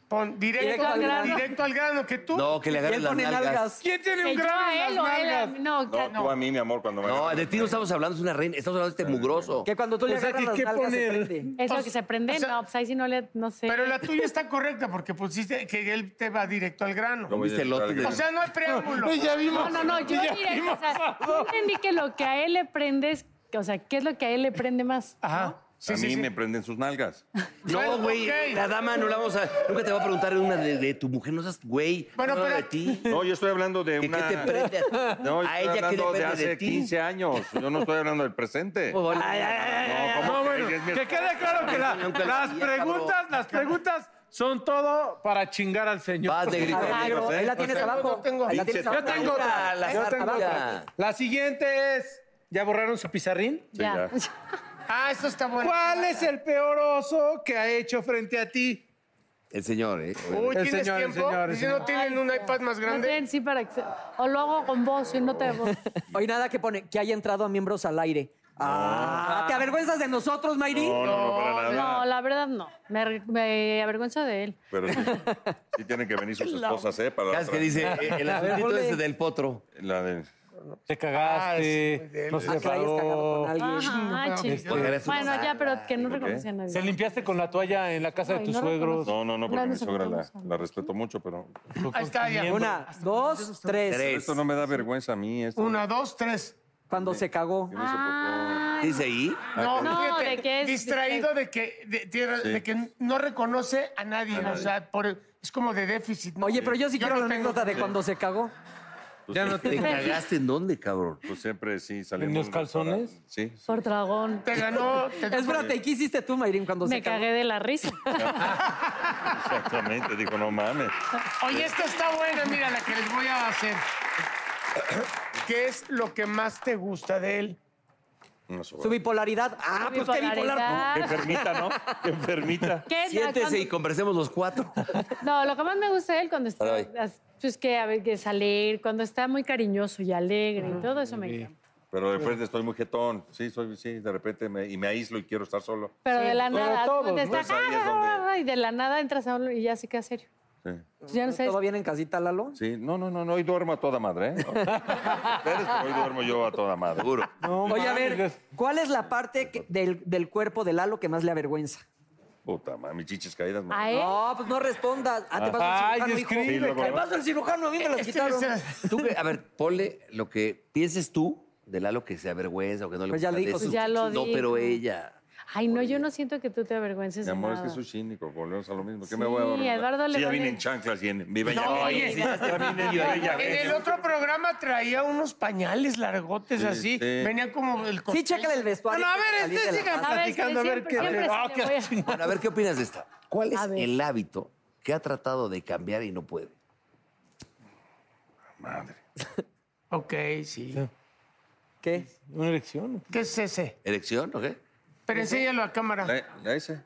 E: pon directo,
F: Directo al
E: al grano.
F: grano.
E: directo al grano, que tú.
C: No, que le
F: Y él
C: agarren las
F: pone
C: nalgas.
F: nalgas.
B: ¿Quién tiene
H: Que
B: un
H: yo
B: grano
H: a
B: en
H: él o
B: las
H: él a
B: nalgas?
H: mí. No,
D: No,
H: ya
D: tú a mí, mi amor, cuando me
C: No,
D: agarras.
C: de ti no estamos hablando, es una reina. Estamos hablando de este mugroso.
F: Que cuando tú le
B: O sea,
F: agarras
B: ¿qué-
F: las
B: qué
F: nalgas se
B: poner?
F: prende.
H: Eso
E: O
H: que
E: sea-
H: se prende,
E: o sea-
H: no, pues ahí sí no le, no sé.
E: Pero la tuya está correcta porque pusiste que él te va directo al grano.
D: No,
C: ¿Viste el
D: oye,
C: lote de-
E: O sea, no hay preámbulo.
B: Ya vimos.
H: No, no, no, yo
B: Ya
H: diré,
B: vimos.
H: o sea, yo entendí que lo que a él le prende es, o sea, ¿qué es lo que a él le prende más?
E: Ajá.
D: a
E: Sí,
D: mí
E: sí, sí.
D: me prenden sus nalgas.
C: No,
E: Bueno,
C: güey,
E: ok.
C: la dama no la vamos a. Nunca te va a preguntar una de, de tu mujer, no seas güey.
E: Bueno,
C: no,
E: pero-
C: de ti.
D: No, yo estoy hablando de
C: ¿Qué, qué
D: una...
C: te prende a ti?
D: No, yo
C: a
D: estoy
C: ella que
D: hablando
C: depende
D: de
C: de,
D: hace
C: ti.
D: 15 años. Yo no estoy hablando del presente.
C: Oh, vale.
D: No, ¿cómo
B: No,
D: crees?
B: bueno,
D: Es mi
B: que quede claro que la-
C: Nunca lo
B: las
C: sabía,
B: preguntas,
C: cabrón.
B: las preguntas son todo para chingar al señor.
C: Vas de grito.
F: Claro, ahí la tienes abajo.
E: no tengo-
F: Ahí la tienes
D: Yo
F: abajo.
B: tengo otra,
F: La
B: yo
F: sarta
B: tengo
F: abajo.
C: otra.
B: La siguiente es, ¿ya borraron su pizarrín?
H: ya.
D: ya.
E: Ah, eso está bueno.
B: ¿Cuál es el peor oso que ha hecho frente a ti?
C: El señor, ¿eh?
E: Uy,
B: El
E: ¿tienes
B: señor, el
E: tiempo?
B: señor, el
E: Dice,
B: señor.
E: ¿no tienen un iPad más
H: No
E: grande?
H: tienen, sí, para que se- O lo hago con voz y no te voz.
F: Hoy nada que pone que haya entrado a miembros al aire. Ah, ¿te avergüenzas de nosotros, Mayri?
D: No, no, no, para nada.
H: No, la verdad no. Me, arre- me avergüenzo de él.
D: Pero sí, sí tienen que venir sus esposas, ¿eh? Para la
C: Casi que
D: otra.
C: dice, eh, el asunto
F: ponle.
C: es del potro.
D: La de...
E: ¿no?
B: Te
E: Ah, sí,
B: cagaste, no se
E: ah, que la hayas
B: separó.
E: cagado con alguien.
H: Ajá, ay,
B: Este,
H: chico. Bueno, ya, pero que no
D: ¿Por qué?
H: reconocía a nadie.
B: ¿Se limpiaste con la toalla en la casa
H: Ay,
B: de tus
H: no
B: suegros?
D: No, no, no, porque
H: Nadie
D: mi
H: se
D: suegra la,
H: reconoce.
D: la respeto mucho, pero.
F: Ahí está, ya. Una, dos, tres.
D: Esto no me da vergüenza a mí. Esto.
E: Una, dos, tres.
F: Cuando se cagó.
D: ¿Dice ahí?
E: No,
H: No,
E: fíjate,
H: de que es-
E: distraído de que, de, tiene-
D: Ah, Sí.
E: de que no reconoce a nadie.
D: A
E: ¿no? O
D: nadie.
E: sea, por, es como de déficit. ¿no?
F: Oye, pero yo sí quiero la
E: tengo-
F: anécdota de
E: Sí.
F: cuando se cagó.
D: ya no
C: ¿Te cagaste en dónde, cabrón?
D: Pues siempre sí saliendo.
B: los
D: de un restaurante. Sí.
H: Por dragón.
E: Te ganó. te-
F: Espérate, ¿y qué hiciste tú, Mayrin, cuando
H: Me
F: se cagó?
H: cagué de la risa.
D: Exactamente, dijo, no mames.
E: Oye, esta está buena, mira la que les voy a hacer. ¿Qué es lo que más te gusta de él?
D: Una
F: Su
D: sobrada.
F: bipolaridad. Ah, pues qué bipolar.
H: Bipolaridad.
D: Enfermita, ¿no? Enfermita.
H: ¿Qué? No,
C: Siéntese
H: cuando-
C: y conversemos los cuatro.
H: No, lo que más me gusta de él cuando está,
C: Ay.
H: as- pues que, a ver, que salir, cuando está muy cariñoso y alegre
F: Ah,
H: y todo eso me encanta.
D: Pero
E: Pues
D: de repente estoy muy jetón. Sí, soy, sí, de repente me, y me aíslo y quiero estar solo.
H: Pero de la
B: pero
H: nada,
B: todos,
H: cuando
B: ¿no?
H: está, ¡Ah!
D: Pues ahí es donde-
H: y de la nada entras a un y ya se queda serio. Pues
D: Sí.
H: Ya no sabes.
F: ¿Todo bien en casita, Lalo?
D: Sí, no, no, no, no, hoy duermo a toda madre, ¿eh? Ustedes, pero hoy duermo yo a toda madre.
C: Seguro.
F: Oye, a ver, ¿cuál es la parte que- del, del cuerpo de Lalo que más le avergüenza?
D: Puta madre, mis chichis caídas. man.
H: A él.
F: No, pues no respondas. Ah, te
B: Ay,
F: pasa el cirujano,
B: escribe,
F: hijo.
D: cabrón.
F: Te pasa el cirujano, a mí me las quitaron.
C: Tú, que- a ver, ponle lo que pienses tú de Lalo que se avergüenza o que no le
F: Pues ya
C: gusta
F: le
C: de
F: dijo.
C: sus
H: Ya lo
C: chichis. No,
H: dijo.
C: pero ella.
H: Ay, no, yo no siento que tú te avergüences
D: Mi
H: de
D: amor, es
H: nada.
D: que soy cínico, volvemos a lo mismo. ¿Qué
H: Sí,
D: me voy a volver?
H: Eduardo le
D: Sí, ya
H: vale.
D: vine en chanclas y en mi bella
E: No,
D: Genio.
E: oye,
D: Sí, ya vine yo bella
E: En el
D: Genio.
E: otro programa traía unos pañales largotes
D: Sí,
E: así.
D: sí.
E: Venía como el
F: Sí, chécale el vestuario.
E: Bueno, a ver,
F: Salir
E: este
F: de la
E: siga
F: casa.
H: A ver,
E: platicando, a ver
H: siempre-
E: qué.
H: siempre
E: Ah,
H: se le voy a-
C: Bueno, a ver, ¿qué opinas de esta? ¿Cuál es
H: A ver.
C: el hábito que ha tratado de cambiar y no puede?
D: Madre.
E: Ok, sí.
F: ¿Qué?
B: ¿Una elección?
E: ¿Qué es ese?
C: ¿Erección o qué?
E: Pero enséñalo a cámara.
D: La, la hice.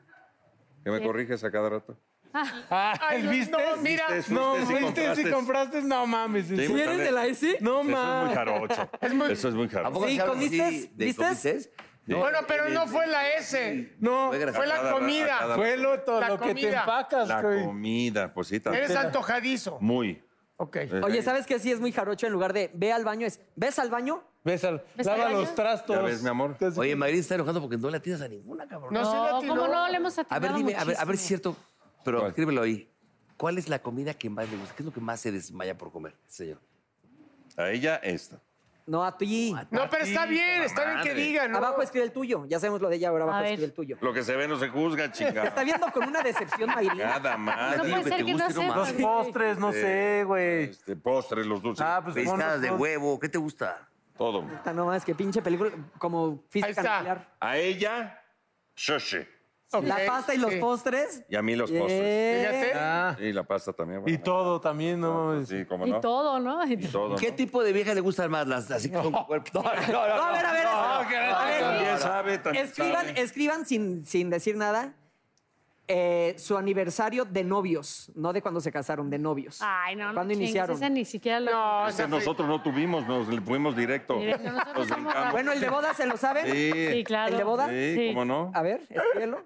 D: Que me corriges a cada rato.
B: Ah,
E: Ay,
B: ¿el
E: no,
B: viste?
E: no, mira.
D: Vistes,
B: No,
D: fustes y
B: ¿viste si
D: compraste.
B: compraste? No mames. ¿en
D: Sí,
B: serio?
D: me
F: ¿Eres
D: sale-
F: de la ESI?
B: No
D: Eso es muy
B: mames.
D: jarocho. Eso es muy
C: ¿A
D: jarocho.
C: poco
F: Sí,
C: se hablan así
F: ¿comistes?
C: de
F: ¿Vistes?
C: comistes? No,
E: Bueno, pero
C: de-
E: no
C: de-
E: fue la S.
B: No,
C: Fue gracioso.
E: Fue la
D: Cada-
E: comida.
D: cada-
B: fue lo, todo
E: La
B: lo que te
E: comida.
B: empacas,
D: La
B: güey.
D: comida, pues sí, tal-
E: Eres antojadizo.
D: Muy. Eh,
E: Ok.
F: Oye, ¿sabes qué? Sí es muy jarocho. En lugar de ve al baño, es ¿ves al baño?
B: Ves al-
H: ¿Ves
B: lava
H: al baño?
B: los trastos.
D: ¿Ya ves, mi amor?
B: Te hace-
C: Oye, Mayrín está enojando porque no le atinas a ninguna, cabrón.
E: No, se le
H: No,
E: atinó.
H: ¿cómo no? Le hemos
C: A
H: atinado
C: ver, dime, a ver, a ver si es
H: muchísimo.
C: cierto, pero
D: ¿Cuál?
C: escríbelo ahí. ¿Cuál es la comida que más le gusta? ¿Qué es lo que más se desmaya por comer, señor?
D: A ella, esta.
F: No, a ti.
E: No, pero está bien, está bien que
D: madre.
E: diga, ¿no?
F: Abajo escribe el tuyo. Ya sabemos lo de ella, ahora
H: A
F: abajo
H: ver.
F: escribe el tuyo.
D: Lo que se ve no se juzga,
F: Está
D: chingada.
F: viendo con una decepción, Mayrín.
D: Nada más.
H: No puede
C: que
H: ser
C: te
H: que
C: guste,
H: no
C: no
H: sepas.
B: Los
C: mames.
B: postres, no sé, güey.
D: Este, postres, los dulces.
B: Ah, pues pon
C: Pescadas
B: los
C: de
B: postres.
C: huevo, ¿qué te gusta?
D: Todo.
F: Puta, No más, que pinche película. Como física
E: está.
F: nuclear.
D: A ella, shoshi.
E: Ok,
F: La pasta y los
E: sí.
F: postres.
D: Y a mí los postres.
F: Eh,
E: Fíjate.
B: Ah,
D: Y la pasta también.
B: y
D: bueno.
B: todo también, no mames.
D: Sí, cómo
H: Y
D: no.
H: todo, ¿no?
D: Y todo.
C: ¿Qué
D: ¿no?
C: tipo de vieja le gustan más las así que son con cuerpo? No, no,
F: No, a ver, a ver.
B: No, que no,
F: a ver.
D: También sabe, también
F: Escriban,
D: sabe.
F: escriban sin, sin decir nada eh, su aniversario de novios, no de cuando se casaron, de novios.
H: Ay, no, no.
F: ¿Cuándo
H: chingues,
F: iniciaron?
H: Esa ni siquiera lo.
E: No,
D: Es que
E: esa fue-
D: nosotros no tuvimos, nos le fuimos directo.
H: Directo, nosotros
D: Nos
H: somos
D: brincamos.
F: Bueno, el de boda, ¿se lo saben?
D: Sí.
H: Sí, claro.
F: ¿El de boda?
D: Sí, cómo no.
F: A ver, escríbelo.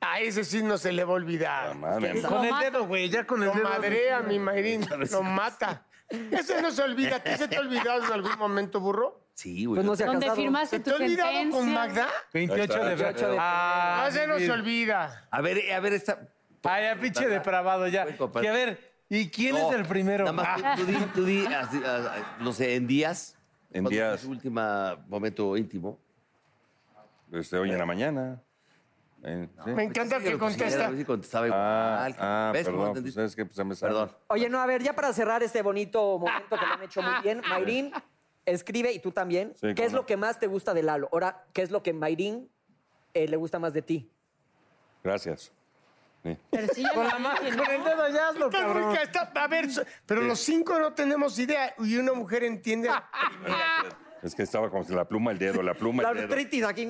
E: A Ah, ese sí no se le va a olvidar.
D: Ah, madre.
H: Lo
B: Con el
H: mata.
B: dedo, güey, ya con el
E: Lo
B: dedo.
E: madrea, mi Mayrín. Lo mata. Ese no se olvida. ¿Qué se te ha olvidado en algún momento, burro?
C: Sí, güey.
F: Pues no se ha
H: Donde
F: casado.
H: firmaste
E: ¿Se te
H: tu
E: ha olvidado
H: sentencia.
E: con Magda?
B: 28 de
F: 28 de-
B: febrero. Ah,
E: No, se nos
B: mi-
E: olvida.
C: A ver, eh, a ver, esta.
B: Ay, ya pinche depravado ya.
C: Güey, compadre.
B: Que a ver, ¿y quién
C: No,
B: es el primero?
C: Nada más,
B: Ah,
C: tú, tú di, tú di, así, ah, ah, no sé, en días.
D: En
C: ¿cuándo fue
D: días.
C: Su último momento íntimo.
D: Este, hoy en la mañana. Eh, sí.
E: Me encanta
C: Sí,
E: que
C: lo quisiera, A
E: contesta.
C: ver si contestaba igual.
D: Ah, ah,
C: ¿Ves cómo
D: perdón.
C: entendí?
D: pues es que pues, se me sale.
C: Perdón.
F: Oye, no, a ver, ya para cerrar este bonito momento que lo han hecho muy bien, Mayrín, escribe, y tú también,
D: Sí,
F: ¿qué
D: cómo
F: es lo
D: no.
F: que más te gusta de Lalo? Ahora, ¿qué es lo que Mayrín eh, le gusta más de ti?
D: Gracias. Sí.
H: Pero sí, ya
B: Con,
H: lo
B: la ma-
H: dije,
B: con el
H: ¿no?
B: dedo ya hazlo,
E: Está muy
B: cabrón.
E: ca- está- a ver, so- pero los cinco no tenemos idea y una mujer entiende.
D: Es que estaba como si la pluma, el dedo, la pluma,
F: La
D: el dedo.
F: artritis aquí.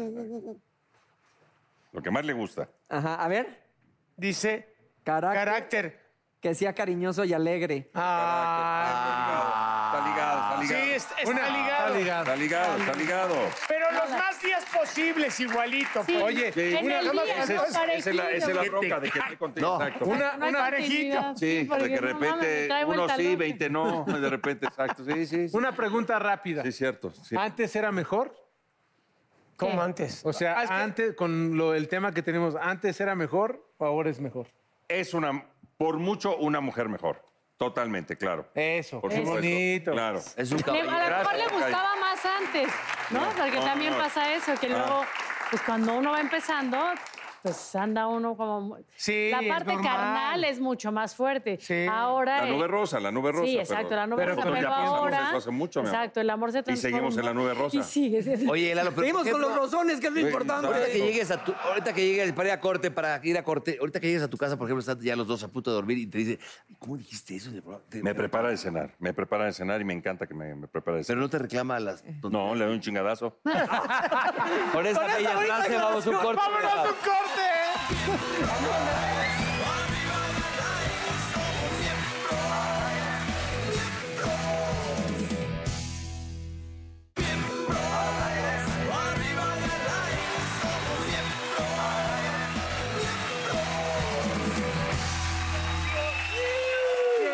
D: Lo que más le gusta.
F: Ajá, a ver.
E: Dice
F: Carácter,
E: carácter.
F: que sea cariñoso y alegre.
D: Está ligado, está ligado.
E: Ah. Sí, es- está ligado.
D: Está ligado, está ligado.
E: Pero los más días posibles, igualito. pues.
D: Sí, Oye, en una- el
E: cama
D: día, Esa es- ¿no? esa es la- esa es la bronca de que no hay continuidad, exacto.
E: Una,
D: No hay
E: una
D: continuidad,
E: parejita.
D: sí, Sí, porque de que no repente mames, me trae uno vuelta sí, loca. 20 no, de repente, exacto. Sí, sí,
B: Una pregunta rápida. Sí,
D: es cierto. sí.
B: ¿Antes era mejor?
E: ¿Cómo antes?
B: O sea,
E: Ah, es que-
B: antes, con lo, el tema que tenemos, ¿antes era mejor o ahora es mejor?
D: Es una, por mucho, una mujer mejor. Totalmente, claro.
B: Eso, qué
D: bonito. Claro. Es un
H: Le- a lo mejor le gustaba más antes, ¿no?
D: No,
H: Porque
D: no,
H: también
D: no.
H: pasa eso, que
D: Ah.
H: luego, pues cuando uno va empezando, pues anda uno como...
B: Sí,
H: la
B: es
H: parte
B: normal.
H: carnal es mucho más fuerte. Ahora...
D: La nube rosa, la nube rosa,
H: Sí,
D: pero-
H: exacto, la nube
D: pero
H: rosa.
D: con-
H: Pero,
D: ya pasamos
H: ahora...
D: eso hace mucho, mi amor.
H: Exacto, el amor se
D: Y
H: transforma.
D: seguimos en la nube rosa.
H: Y sigues.
G: Oye, Lalo, pero
F: Seguimos
G: por
F: con los rosones, que es lo
G: Sí,
F: importante.
G: Ahorita que llegues a tu, ahorita que llegues para ir a corte, para ir a corte, ahorita que llegues a tu casa, por ejemplo, están ya los dos a punto de dormir y te dice, "Ay, ¿cómo dijiste eso? de verdad?" Te-
D: Me prepara de cenar, me prepara de cenar y me encanta que me, me prepare de cenar.
G: Pero no te reclama las...
D: No, le doy un chingadazo.
G: Con esta
A: Con esta
G: bella
A: bonita
G: frase vamos a un corte.
A: ¡Vámonos a un corte!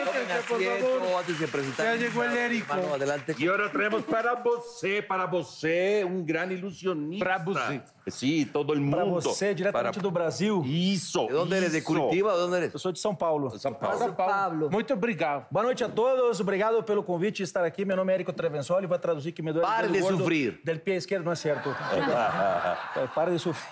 G: Tomen asiento antes de presentar.
D: Ya llegó el Érico.
G: Hermano, adelante.
D: Y ahora traemos para Bosé, para Bosé, un gran ilusionista. Para Bosé. Sí, todo el
K: Para
D: mundo.
K: você, diretamente do Brasil.
D: Isso.
K: De onde eres?
D: De Curitiba
K: De onde eres? Eu sou de São Paulo. São
D: Paulo. São
K: Paulo.
B: Muito obrigado.
K: Boa noite a todos. Obrigado pelo convite de estar aqui. Meu nome é Érico Trevensoli. Vou traduzir que me dói.
D: Pare
K: pelo
D: de
K: gordo
D: sufrir.
K: Del pie esquerdo não é certo. Pare de sufrir.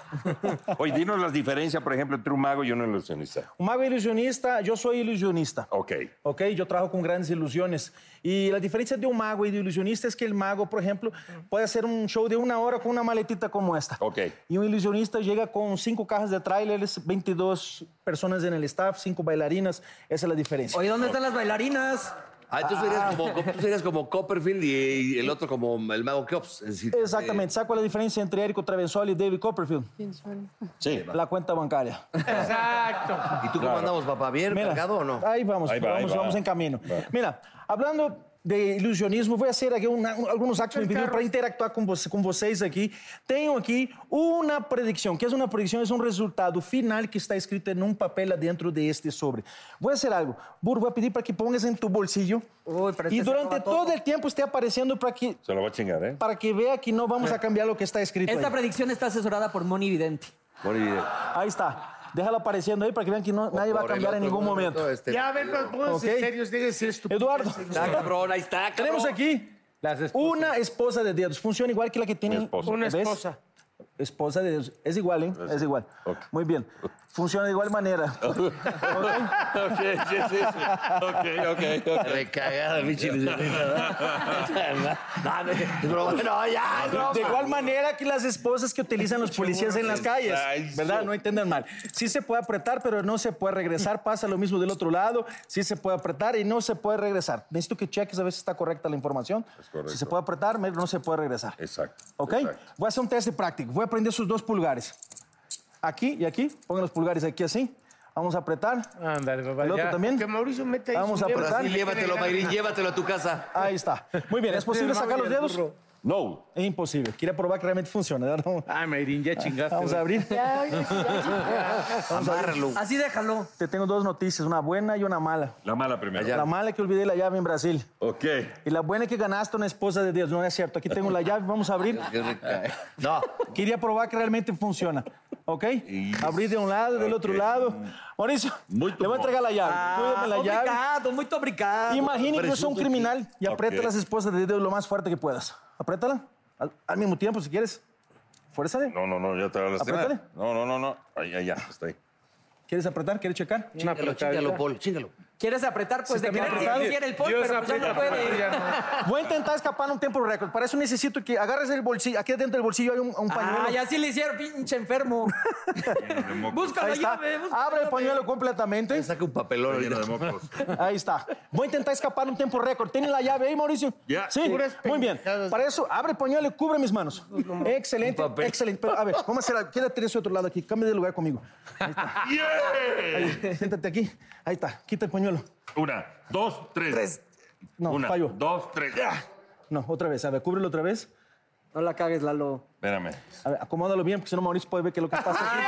D: Oye, dinos las diferencias, por ejemplo, entre un mago y un ilusionista.
K: O mago é ilusionista, eu sou ilusionista.
D: Ok.
K: Ok, eu trabalho com grandes ilusões. E a diferença de um mago e de um ilusionista é que o mago, por exemplo, pode fazer um show de uma hora com uma maletita como esta.
D: Ok.
K: E um ilusionista chega com cinco carros de trailers, 22 pessoas no staff, cinco bailarinas. Essa é a diferença.
F: Oye, ¿dónde están las bailarinas?
G: Ah, entonces eres como, tú eres como Copperfield y, y el otro como el mago Keops. Es decir,
K: Exatamente. Sabe qual é a diferença entre Érico Travensoli e David Copperfield?
G: Sí.
K: La cuenta bancária.
G: Exacto. ¿Y tú cómo andamos, papá? ¿Bien?
K: Mira,
G: ¿Cargado o no?
K: Ahí vamos,
G: Ahí va,
K: vamos,
G: ahí va.
K: vamos en camino.
G: Va.
K: Mira, hablando de ilusionismo, voy a hacer aquí una- un- algunos actos me pidieron para interactuar con, voce- con vocês aquí. Tengo aquí una predicción. ¿Qué es una predicción? Es un resultado final que está escrito en un papel adentro de este sobre. Voy a hacer algo. Burro, voy a pedir para que pongas en tu bolsillo
D: este
K: y
D: se
K: durante
D: roba
K: todo. el tiempo esté apareciendo para que,
D: Se lo va a chingar, ¿eh?
K: para que vea que no vamos a cambiar lo que está escrito
F: Esta
K: ahí.
F: predicción está asesorada por Moni Vidente.
K: Ahí está. Déjalo apareciendo ahí para que vean que no- nadie va a
F: por el
K: cambiar en
F: otro,
K: ningún
F: por el
K: momento.
F: otro, este, Ya, a ver,
E: pero pónganse
K: Ok.
E: serios, déjense estúpidos.
K: Eduardo.
E: Está cabrón,
G: ahí está,
K: Tenemos aquí una esposa de dedos. Funciona igual que la que tiene.
E: esposa. Una esposa.
K: Esposa de dedos. Es igual, ¿eh? Es igual. Muy bien. Funciona de igual manera.
D: ok, sí, sí, sí. Ok, ok, ok.
G: Recagada, bicho. Es broma. No, ya, es broma.
K: Ah, De igual manera que las esposas que utilizan los policías en las calles,
G: Exacto.
K: ¿verdad? No entiendan mal. Sí se puede apretar, pero no se puede regresar. Pasa lo mismo del otro lado. Sí se puede apretar y no se puede regresar. Necesito que cheques a ver si está correcta la información. Si se puede apretar, no se puede regresar.
D: Exacto.
K: ¿Ok? Voy a hacer un test de práctica. Voy a prender sus dos pulgares. Aquí y aquí. Pongan los pulgares aquí así. Vamos a apretar.
B: Ándale, papá.
K: El otro
B: ya.
K: también.
E: Que Mauricio mete ahí
K: Vamos
E: su
K: a
E: dedo.
K: apretar.
E: Así,
G: Llévatelo, Mayrin, llévatelo a tu casa.
K: Ahí está. Muy bien. ¿Es posible
B: Este
K: sacar los
B: mago y el
K: dedos?
B: burro.
D: No.
K: Es imposible. Quería probar que realmente funciona. ¿verdad? No.
B: Ay, Mayrin, ya chingaste.
K: Vamos a abrir.
B: Vamos
K: a abrir.
F: Así déjalo.
K: Te tengo dos noticias, una buena y una mala.
D: La mala primero.
K: La mala que olvidé la llave en Brasil.
D: Ok.
K: Y la buena es que ganaste una esposa de Dios. No es cierto. Aquí tengo la llave, vamos a abrir.
G: No.
K: Quería probar que realmente funciona. ¿Ok? Abrir de un lado, del otro lado. Mauricio, le voy a entregar la llave. Cuídame
B: Ah,
K: la llave.
F: Obrigado, Ah, muy obrigado.
K: Imagina que yo soy un criminal y aprieta
F: Ok.
K: las esposas de Dios lo más fuerte que puedas. Apriétala. Al, al mismo tiempo, si quieres. eh. Fuérzale.
D: No, no, no, ya te voy a
K: Apriétale.
D: lastimar. No, no, no, no. Ahí, ahí, ya, está ahí.
K: ¿Quieres apretar? ¿Quieres checar?
D: Chíngalo, apretadita. chíngalo, Paul,
G: chíngalo.
F: ¿Quieres apretar? Pues
K: Sí,
F: de
K: está
F: querer
K: bien apretado.
F: sí quisiera el Paul,
K: Dios
F: pero pues ya no
K: aprieta,
F: puede.
K: Voy a intentar escapar en un tiempo récord. Para eso necesito que agarres el bolsillo. Aquí dentro del bolsillo hay un, un pañuelo.
F: Ah, ya sí le hicieron, pinche enfermo. Busca
K: Ahí
F: la
K: está.
F: llave, busca la
K: Abre el
F: llave.
K: pañuelo completamente.
G: Saca un papelón lleno de mocos.
K: Ahí está. Voy a intentar escapar en un tiempo récord. ¿Tiene la llave ahí, Mauricio?
G: Ya.
K: Sí.
G: Puras
K: Muy bien. Para eso, abre el pañuelo y cubre mis manos. Excelente, excelente. Pero a ver, vamos a hacer algo. Quédate de ese otro lado aquí. Cambia de lugar conmigo. Ahí está. Siéntate aquí. Ahí está. Quita el pañuelo.
D: Una, dos, tres.
K: No,
D: Una,
K: falló.
D: dos, tres. ¡Ah!
K: No, otra vez. A ver, cúbrelo otra vez.
F: No la cagues, Lalo.
D: Espérame.
K: A ver, acomódalo bien, porque si no Mauricio puede ver qué es lo que pasa aquí.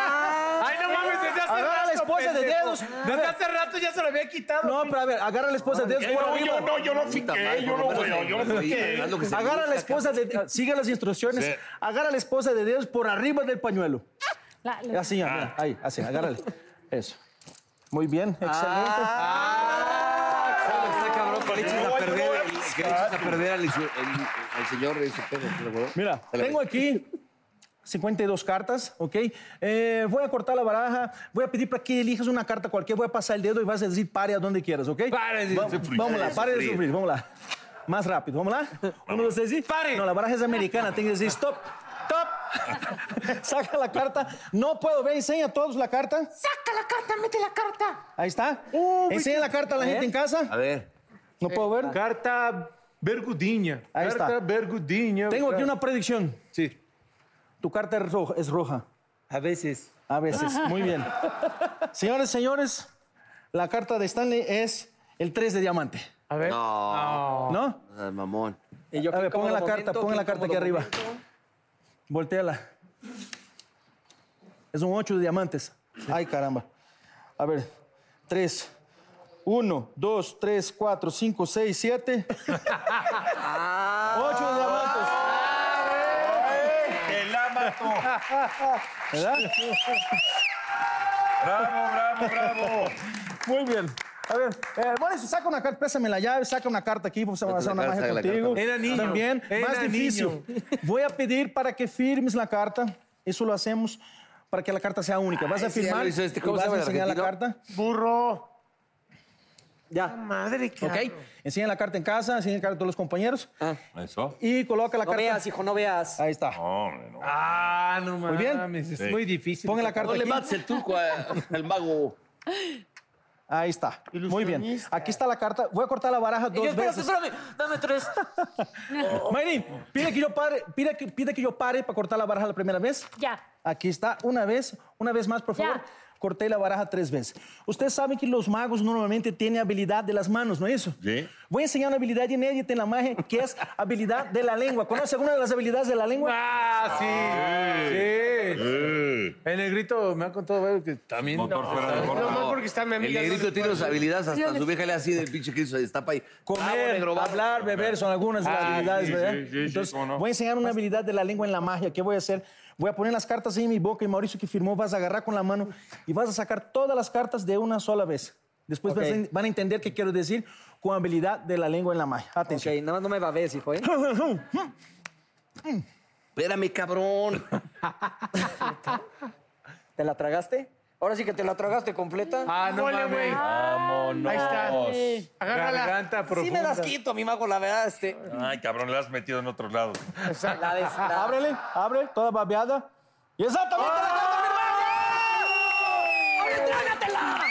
B: ¡Ay, no mames! Desde hace
K: Agarra
B: rato,
K: a la esposa de
B: pendejo.
K: dedos.
B: Desde hace rato ya se lo había quitado.
K: No, pero a ver, agarra a la esposa de dedos.
B: Eh,
K: por
B: no,
K: arriba.
B: yo no, yo no Puta fiqué, madre, yo por lo no menos veo, le- yo no le fiqué. digas lo que se
K: Agarra a la
B: busca,
K: esposa de Sigue las instrucciones.
B: Sí.
K: Agarra a la esposa de dedos por arriba del pañuelo.
H: La- la-
K: Así, ya,
B: Ah.
K: mira, ahí, así, agárrale. Eso. Muy bien, excelente.
B: Ah,
G: Está cabrón, que le eches a perder, que le eches a perder al, el- al señor de ese pedo, ¿te lo acuerdo?
K: Mira,
G: Se la-
K: tengo aquí 52 cartas, ¿ok? Eh, voy a cortar la baraja, voy a pedir para que elijas una carta cualquiera, voy a pasar el dedo y vas a decir pare a donde quieras, ¿ok? Pare
G: de sufrir.
K: Vamos
G: Pare
K: lá,
G: de
K: pare de
G: sufrir.
K: sufrir, vamos lá. Más rápido, vamos lá. Uno, dos, tres y... ¡Pare! No, la baraja es americana, tiene que decir stop, stop. Saca la carta. No puedo ver, enseña a todos la carta. Saca la carta, mete la carta. Ahí está. enseña la carta a la gente en casa.
G: A ver.
K: No puedo ver.
B: Carta vergudiña.
K: Ahí
B: carta
K: está.
B: vergudiña.
K: Tengo aquí una predicción.
B: Sí.
K: Tu carta es roja. Es roja.
G: A veces.
K: A veces. Muy bien. Señores, señores, la carta de Stanley es el 3 de diamante.
G: A ver. No.
K: ¿No?
G: Ah, mamón.
K: A ver, pongan la carta, pongan la carta aquí arriba. Volteala. Es un 8 de diamantes. Ay, caramba. A ver, 3. 1, 2, 3, 4, 5, 6, 7. 8 diamantes.
D: ¡Que la mató!
K: ¿Verdad?
D: ¡Bravo, bravo, bravo!
K: Muy bien. A ver, eh, Mauricio, saca una carta, préstame la llave, saca una carta aquí, vamos a hacer una
G: carta,
K: magia
G: saca la
K: contigo.
G: carta. Era niño,
K: También,
G: era
K: más difícil. Voy a pedir para que firmes la carta, eso lo hacemos para que la carta sea única. Vas a
G: Ay, sí, ya
K: firmar,
G: lo hizo este,
K: y
G: ¿cómo se
K: vas a
G: llama el
K: enseñar la
G: argentino?
K: carta. Burro. Ya.
E: Madre que.
K: ¿Ok? Enseña la carta en casa, enseña la carta a todos los compañeros.
G: Ah.
D: Eso.
K: Y coloca la
F: No
K: carta.
F: veas, hijo, no veas.
K: Ahí está.
B: Ah, no mames.
K: Muy bien.
B: Es
K: Sí.
B: muy difícil.
K: Pongan la carta
G: No le
K: aquí.
G: mates el turco a- al mago.
K: Ahí está. Muy bien. Aquí está la carta. Voy a cortar la baraja dos
F: Y yo, espérate,
K: veces.
F: espérame, dame tres.
K: Mayrin, pide que yo pare, pide que, pide que yo pare para cortar la baraja la primera vez.
H: Ya.
K: Aquí está, una vez, una vez más, por favor. Corté la baraja tres veces. Ustedes saben que los magos normalmente tienen habilidad de las manos, ¿no es eso?
D: Sí.
K: Voy a enseñar una habilidad inédita en la magia, que es habilidad de la lengua. ¿Conoce alguna de las habilidades de la lengua?
B: Ah, sí. Sí. El negrito me ha contado varios que también.
D: Motor fuera de
E: No, no, porque está mi
G: El
E: amiga.
G: negrito
E: no
G: tiene sus
E: recuerdo.
G: habilidades hasta su vieja le así del pinche Cristo se destapa ahí.
K: Comer, hablar, beber, son algunas de las
G: Ah,
K: habilidades,
G: sí,
K: ¿verdad?
G: sí, sí, sí,
K: Entonces,
G: cómo no.
K: voy a enseñar una habilidad de la lengua en la magia. ¿Qué voy a hacer? Voy a poner las cartas ahí en mi boca y Mauricio que firmó vas a agarrar con la mano y vas a sacar todas las cartas de una sola vez. Después Pues, vas a en- van a entender qué quiero decir con habilidad de la lengua en la magia. Atención.
F: Ok, nada más no me babes, hijo, ¿eh?
G: Espérame, cabrón.
F: ¿Te la tragaste? Ahora sí que te la tragaste completa.
B: Ah, no
F: Huele,
B: mames.
F: Vámonos. Ahí está. Agárrala.
B: Garganta
F: Sí me
B: profunda.
F: las quito, mi mago, la verdad, este.
D: Ay, cabrón, la has metido en otros lados.
F: La des- la-
K: Ábrele, abre, toda babeada. Y exactamente la carta
F: ¡Oye, trágatela!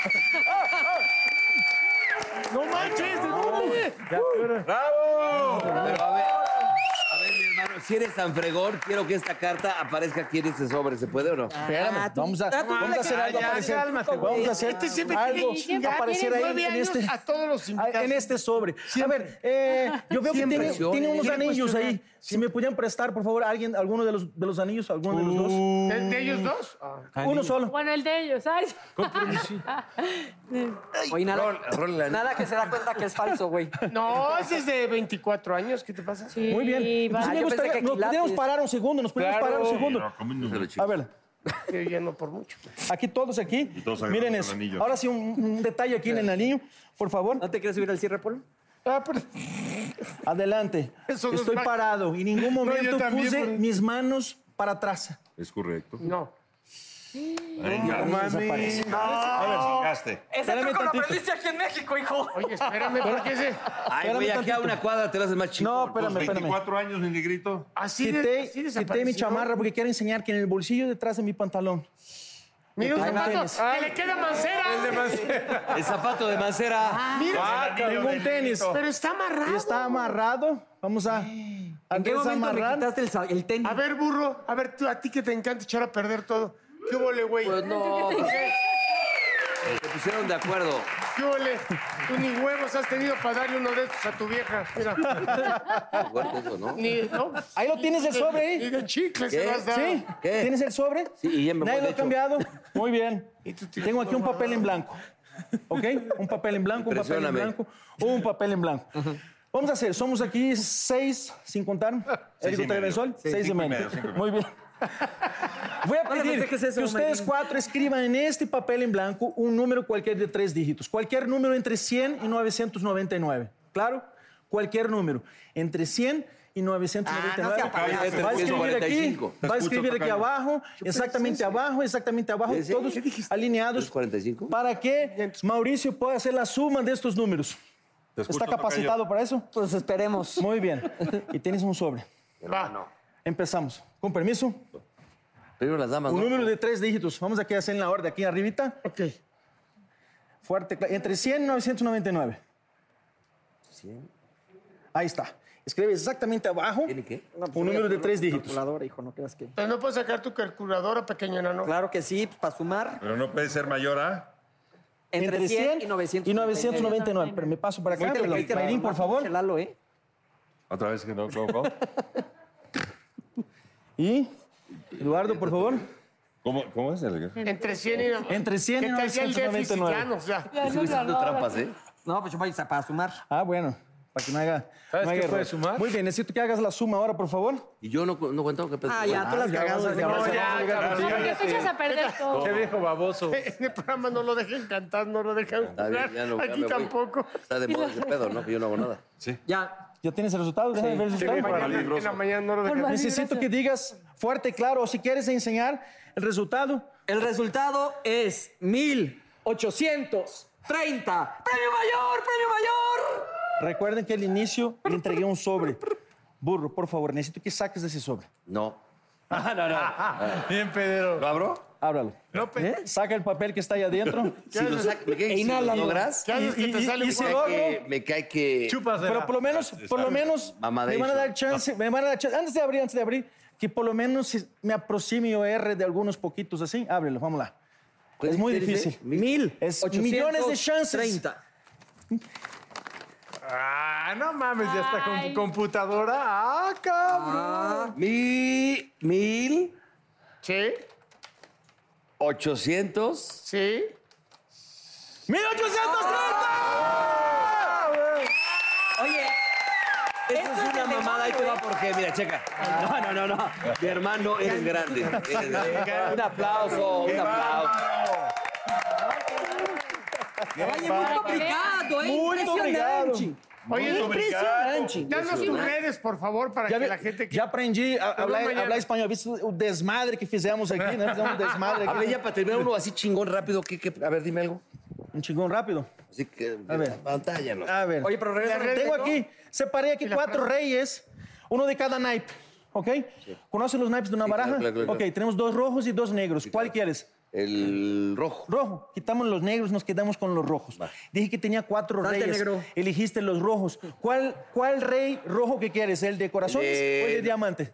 K: ¡No manches! ¡De dónde!
G: Pero a ver, a ver, mi hermano, si eres tan fregón, quiero que esta carta aparezca aquí en este sobre. ¿Se puede o no?
K: Espérame,
F: Ah, tú-
K: vamos a,
F: ah, tú-
K: vamos a hacer
B: ya,
K: algo
B: ya,
K: aparecer.
B: cálmate, güey.
K: vamos a hacer
E: Este siempre
K: algo
E: tiene que
K: aparecer
E: tiene
K: ahí
E: nueve
K: en
E: años
K: este.
E: a todos los invitados.
K: en este sobre. A ver, eh, yo veo
E: Siempre.
K: que tiene, tiene unos
E: Siempre
K: anillos
E: cuestionar.
K: ahí. Si me pudieran prestar, por favor, alguien, alguno de los, de los anillos, alguno de los dos.
E: ¿De, de ellos dos? Ah.
K: Uno solo.
H: Bueno, el de ellos, ¿sabes?
F: Oye, nada,
G: Rol- rol la-
F: nada que se da cuenta que es falso, güey.
E: No, ese es de 24 años. ¿Qué te pasa?
K: Muy bien. Entonces,
F: Ah,
K: me
F: yo pensé
K: gustaría-
F: que
K: nos podríamos
F: quilates.
K: parar un segundo, nos podríamos
B: Claro.
K: parar un segundo.
D: Se lo chico.
K: A ver,
E: Yo ya no por mucho.
K: aquí todos aquí.
D: todos agarramos
K: Miren
D: el
K: eso.
D: anillo.
K: Ahora sí, un, un detalle aquí en el anillo, por favor.
F: ¿No te quieres subir al cierre, Paul?
K: Ah, pero- Adelante.
E: Eso no es
K: Estoy
E: magia.
K: parado. En ningún
E: yo
K: momento
E: también,
K: puse
E: pero-
K: mis manos para atrás.
D: Es correcto.
E: No.
D: Venga,
K: Desaparece. Ah.
D: chingaste.
F: Ese
K: Espérame
F: truco lo
K: tantito.
F: aprendiste aquí en México, hijo.
E: Oye, espérame, ¿por qué ese?
G: Ay, güey, aquí
K: Espérame
G: a
K: tantito.
G: una cuadra te lo haces más chico.
K: No, espérame, espérame.
D: 24 años, mi negrito.
E: Así, de,
K: Quité,
E: así
K: quité mi
E: desapareció.
K: chamarra porque quiero enseñar que en el bolsillo detrás de mi pantalón.
E: Mira un
K: Ahí va.
E: zapato.
K: Tenis.
E: Que le queda mancera.
G: El zapato de mancera.
K: Ah,
E: Ah,
C: Ah,
E: Mira,
K: Tengo un tenis.
E: pero está amarrado.
K: Y está amarrado. Vamos a, a
F: ¿En qué momento le
K: desamarrar.
F: quitaste el, sa- el tenis?
E: A ver, burro, a ver,
F: Pues
E: tú, a ti que te encanta echar a perder todo. ¿Qué huele, güey?
G: Pues no. pues,
E: ¿Qué
G: pusieron de acuerdo.
E: ¿Qué ole? Tú ni huevos has tenido para darle uno de estos a tu vieja. Mira. Ni- no.
K: Ahí lo tienes el sobre, ahí.
E: Y de chicle se
K: ¿Qué?
E: lo has dado.
K: ¿Sí? ¿Tienes el sobre?
G: Sí, y ya me voy,
K: Nadie lo
G: de
K: ha
G: hecho.
K: cambiado. Muy bien. Tengo aquí un papel en blanco. ¿Ok? Un papel en blanco, un papel en
G: Impresióname.
K: blanco, un papel en blanco. Vamos a hacer, somos aquí seis, sin contar.
G: Seis
K: Eric
G: y
K: Otero
G: medio.
K: Sol,
G: Sí,
K: seis y
G: cinco y medio,
K: medio.
G: cinco y medio.
K: Muy bien. Voy a
G: No le
K: pedir
G: festejes eso,
K: que ustedes
G: Mayrin.
K: cuatro escriban en este papel en blanco un número cualquier de tres dígitos. Cualquier número entre 100 y 999. ¿Claro? Cualquier número. Entre 100 y 999.
G: Ah, no sea payaso.
K: va a escribir aquí,
G: 345.
K: va a escribir aquí
G: Escucho, tocayo.
K: abajo, exactamente abajo, exactamente abajo, todos alineados. ¿Para que Mauricio pueda hacer la suma de estos números?
G: escucho,
K: ¿Está capacitado
G: tocayo.
K: para eso? Pues esperemos. Muy bien. Y tienes un sobre.
G: Hermano.
K: Empezamos. Con permiso.
G: Primero las damas,
K: Un
G: ¿no?
K: número de tres dígitos. Vamos aquí a hacer en la orden, aquí arribita. Ok. Fuerte, cla- entre 100 y 999.
G: 100.
K: Ahí está. Escribe exactamente abajo un número de tres dígitos.
F: Calculadora, hijo, no creas que.
E: Pero no puedes sacar tu calculadora, pequeño enano.
F: Claro que sí, para sumar.
D: Pero no puede ser mayor ¿ah? a.
F: Entre, 100, y 999.
K: 999. Pero me paso para acá.
F: Ahorita le
K: perdón.
F: caíste la
K: Mayrín, por
F: mamá,
K: favor.
F: Lalo, ¿eh?
D: Otra vez que no. ¿Cómo? cómo?
K: Y Eduardo, por favor.
D: ¿Cómo, cómo es el?
E: Entre 100 y
K: Entre 100 y
E: ¿Qué tal ya el déficit? Ya
K: 999.
E: no, ya.
K: ¿eh?
F: No, pues yo voy a- para sumar.
K: Ah, bueno. Para que no haga.
F: ¿Sabes
K: no haga
F: qué
K: error.
F: puedes sumar?
K: Muy bien, necesito que hagas la suma ahora, por favor.
G: Y yo no, no cuento que
F: Ah, ya, tú las cagadas.
K: No,
F: ya,
H: No, porque tú echas a perder todo.
B: Qué viejo baboso.
E: En el programa no lo dejen cantar, no lo dejen
G: Está bien,
E: jugar.
G: ya no, ya
E: Aquí
G: me voy.
E: tampoco.
G: Está de moda ese pedo, ¿no? Que yo no hago nada.
D: Sí.
F: Ya.
K: ¿Ya tienes el resultado? Déjame ver el
E: Sí,
K: resultado.
E: mañana, en la mañana no lo dejan.
K: Necesito que digas fuerte, claro, o si quieres enseñar el resultado.
F: El resultado es 1830. ¡Premio mayor! ¡Premio mayor!
K: Recuerden que al inicio le entregué un sobre. Burro, por favor, necesito que saques de ese sobre.
G: No.
K: Ah, no, no.
B: Bien, Pedro.
G: ¿Lo abro?
K: Ábralo. ¿Eh? Saca el papel que está ahí adentro.
G: Si lo sac- me cae que si lo
K: Inhala,
G: logras,
K: ¿Qué haces que te sale un
G: me, cae
K: huevo?
G: que, me cae que.
K: Pero por lo menos, por lo menos, me
G: Mamadation.
K: van a dar chance, me van a dar chance. Antes de abrir, antes de abrir, que por lo menos se- me aproxime o erre de algunos poquitos así. Ábrelo, vámonos. lá. Es muy
G: Pues, ¿Qué dice?
K: difícil. Mil. Es millones de chances.
F: 30.
B: Ah, no mames, ya está con
H: Ay.
B: computadora. Ah, cabrón.
G: Mi, mil.
E: Sí.
G: ¿800?
E: Sí.
K: Ah,
F: Oye,
G: Eso es una mamada, ahí te va porque, mira, checa. No, no, no, no. Mi hermano, eres grande. eres grande. Un aplauso, un aplauso.
F: Oye, muy complicado, ¿eh?
K: Muy
F: Impresionante.
E: Oye,
F: Impresionante.
E: danos tus redes, por favor, para
K: Ya,
E: que
K: ve-
E: la gente...
K: ya aprendí a
E: Habla
K: hablar,
E: mañana.
K: hablar español. ¿Viste el desmadre que fizemos aquí? ¿no? Fizemos un desmadre aquí.
G: A ver, ya para terminar uno así chingón rápido, ¿qué, qué? a ver, dime algo.
K: Un chingón rápido.
G: Así que,
K: A ver.
G: pantalla, ¿no?
K: A ver.
F: Oye, pero regresa.
K: Tengo aquí, separé aquí cuatro reyes, uno de cada naipe, ¿ok? ¿Conocen los naipes de una
G: Sí, claro,
K: baraja?
G: claro, claro,
K: ok,
G: claro.
K: tenemos dos rojos y dos negros. ¿Cuál quieres?
G: El rojo.
K: Rojo. Quitamos los negros, nos quedamos con los rojos. Dije que tenía cuatro
F: Salte,
K: reyes.
F: negro.
K: Eligiste los rojos. ¿Cuál, ¿Cuál rey rojo que quieres? ¿El de corazones
G: El de-
K: o el de diamante?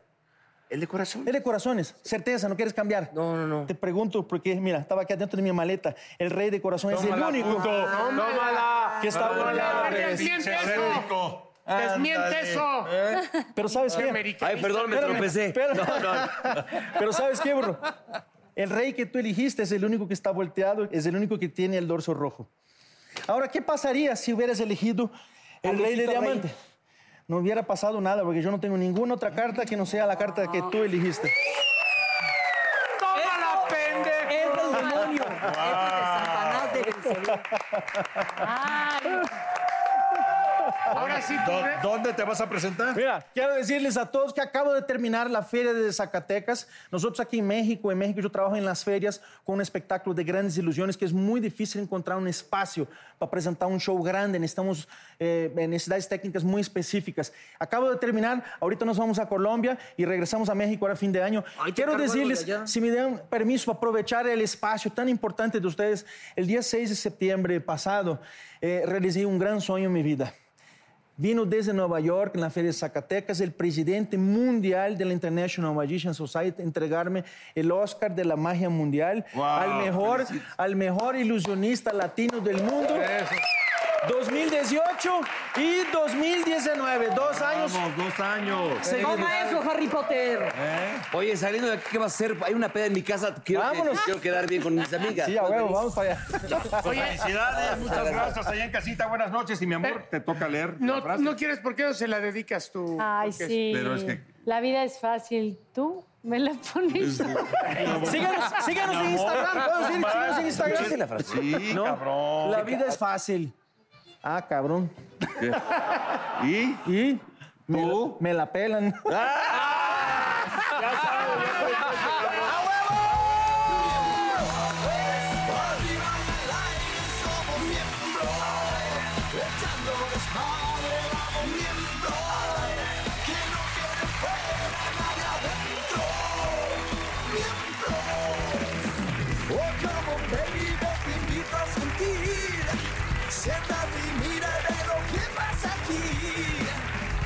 G: ¿El de corazón?
K: El de corazones. Certeza, no quieres cambiar.
G: No, no, no.
K: Te pregunto porque, mira, estaba aquí adentro de mi maleta. El rey de corazones es el
B: Tómala,
K: único
B: puto. Tómala.
K: que está
E: ¡Ah,
K: volando.
E: ¡Desmiente
B: Pinche
E: eso!
B: alérgico.
E: ¡Desmiente eso!
B: ¿Eh?
K: Pero ¿sabes qué?
G: Ay, perdón, me
K: Espérame,
G: tropecé.
K: espérame. Pero ¿sabes qué, burro? El rey que tú eligiste es el único que está volteado, es el único que tiene el dorso rojo. Ahora, ¿qué pasaría si hubieras elegido el rey de
F: Pobrecito rey.
K: diamante? No hubiera pasado nada, porque yo no tengo ninguna otra carta que no sea la carta que tú eligiste.
B: ¡Tómala,
F: Es
B: pendejo!
F: del demonio. Es el de Satanás de Belcebú.
H: Ay,
E: Ahora sí, tú... re-
D: ¿Dónde te vas a presentar?
K: Mira, quiero decirles a todos que acabo de terminar la feria de Zacatecas. Nosotros aquí en México, en México yo trabajo en las ferias con un espectáculo de grandes ilusiones que es muy difícil encontrar un espacio para presentar un show grande. Necesitamos eh, necesidades técnicas muy específicas. Acabo de terminar, ahorita nos vamos a Colombia y regresamos a México ahora a fin de año.
F: Ay, te
K: quiero
F: encargo algo de
K: decirles,
F: allá.
K: si me dan permiso, aprovechar el espacio tan importante de ustedes. El día 6 de septiembre pasado eh, realicé un gran sueño en mi vida. Vino desde Nueva York, en la Feria de Zacatecas, el presidente mundial de la International Magician Society a entregarme el Oscar de la Magia Mundial al, mejor, al mejor ilusionista latino del mundo. 2018 y 2019, dos años.
C: dos años.
F: Toma eso, Harry Potter.
G: Oye, saliendo de aquí, ¿qué vas a hacer? Hay una peda en mi casa. Quiero, que-
K: Vámonos.
G: quiero quedar bien con mis amigas.
K: Sí, a huevo, vamos para allá.
D: Oye, felicidades, muchas gracias allá en casita. Buenas noches y mi amor, te toca leer.
E: No, no quieres, ¿por qué no se la dedicas tú?
F: Ah,
H: Ay,
E: Porque-
H: sí.
D: Pero es que-
H: La vida es fácil. Tú me la pones.
K: Síganos, síganos en Instagram. ¿Puedo decir? Síganos en Instagram.
G: Escuché la frase.
D: Sí, cabrón.
K: La vida es fácil. Ah, cabrón.
D: ¿Y? Ah,
K: ¿Y? Me, la- me la pelan.
A: Oh, come on, baby, te invito a sentir. Siéntate y mira de lo que pasa aquí.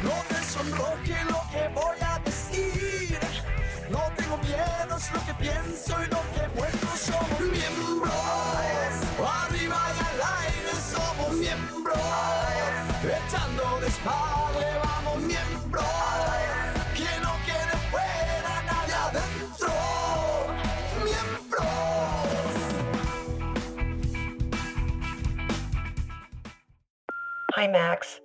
A: No te sonroje lo que voy a decir. No tengo miedo, es lo que pienso y lo que muestro. Somos miembros. Arriba y al aire somos miembros. Echando desmadre, vamos miembros. Quien no quiere fuera, nadie adentro. Miembros.
I: Hi, Max.